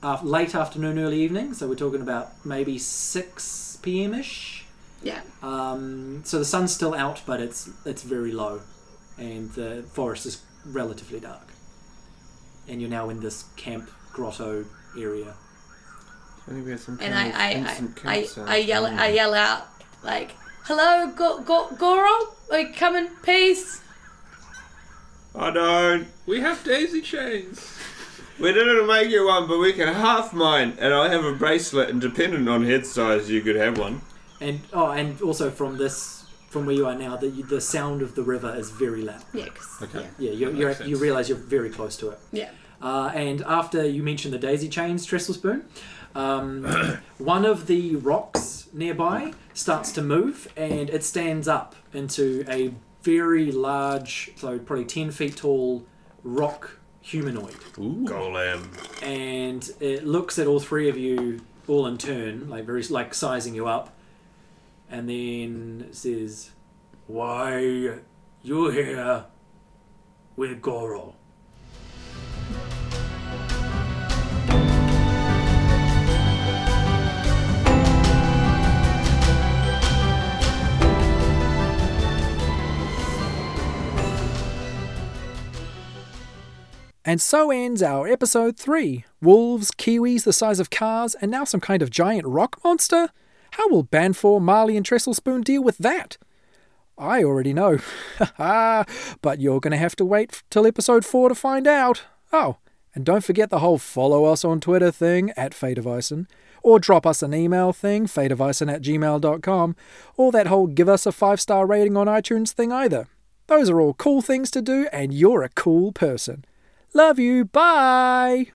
S1: af late afternoon, early evening. So we're talking about maybe six p.m. ish.
S2: Yeah.
S1: Um, so the sun's still out, but it's it's very low, and the forest is relatively dark. and you're now in this camp grotto area.
S2: and I I, I, I, I yell I yell out like, "Hello, go, go, Goro, like come in peace."
S5: I don't.
S4: We have daisy chains.
S5: We didn't make you one, but we can half mine, and I have a bracelet, and depending on head size, you could have one.
S1: And oh, and also from this, from where you are now, the, the sound of the river is very loud.
S2: Yeah, 'cause-
S4: Okay.
S1: Yeah, you're,
S4: That
S1: you're,
S4: makes
S1: you
S4: sense.
S1: realize you're very close to it.
S2: yeah.
S1: Uh, and after you mentioned the daisy chains, trestle spoon, um, one of the rocks nearby starts to move and it stands up into a very large, so probably 10 feet tall rock humanoid.
S5: Golem.
S1: And it looks at all three of you all in turn, like very like sizing you up, and then says, "Why you're here with Goro?" And so ends our episode 3. Wolves, kiwis the size of cars, and now some kind of giant rock monster? How will Banfor, Marley, and Trestle Spoon deal with that? I already know. but you're going to have to wait f- till episode 4 to find out. Oh, and don't forget the whole follow us on Twitter thing at Fadevisan, or drop us an email thing, fadevisan at gmail.com, or that whole give us a five star rating on iTunes thing either. Those are all cool things to do, and you're a cool person. Love you. Bye.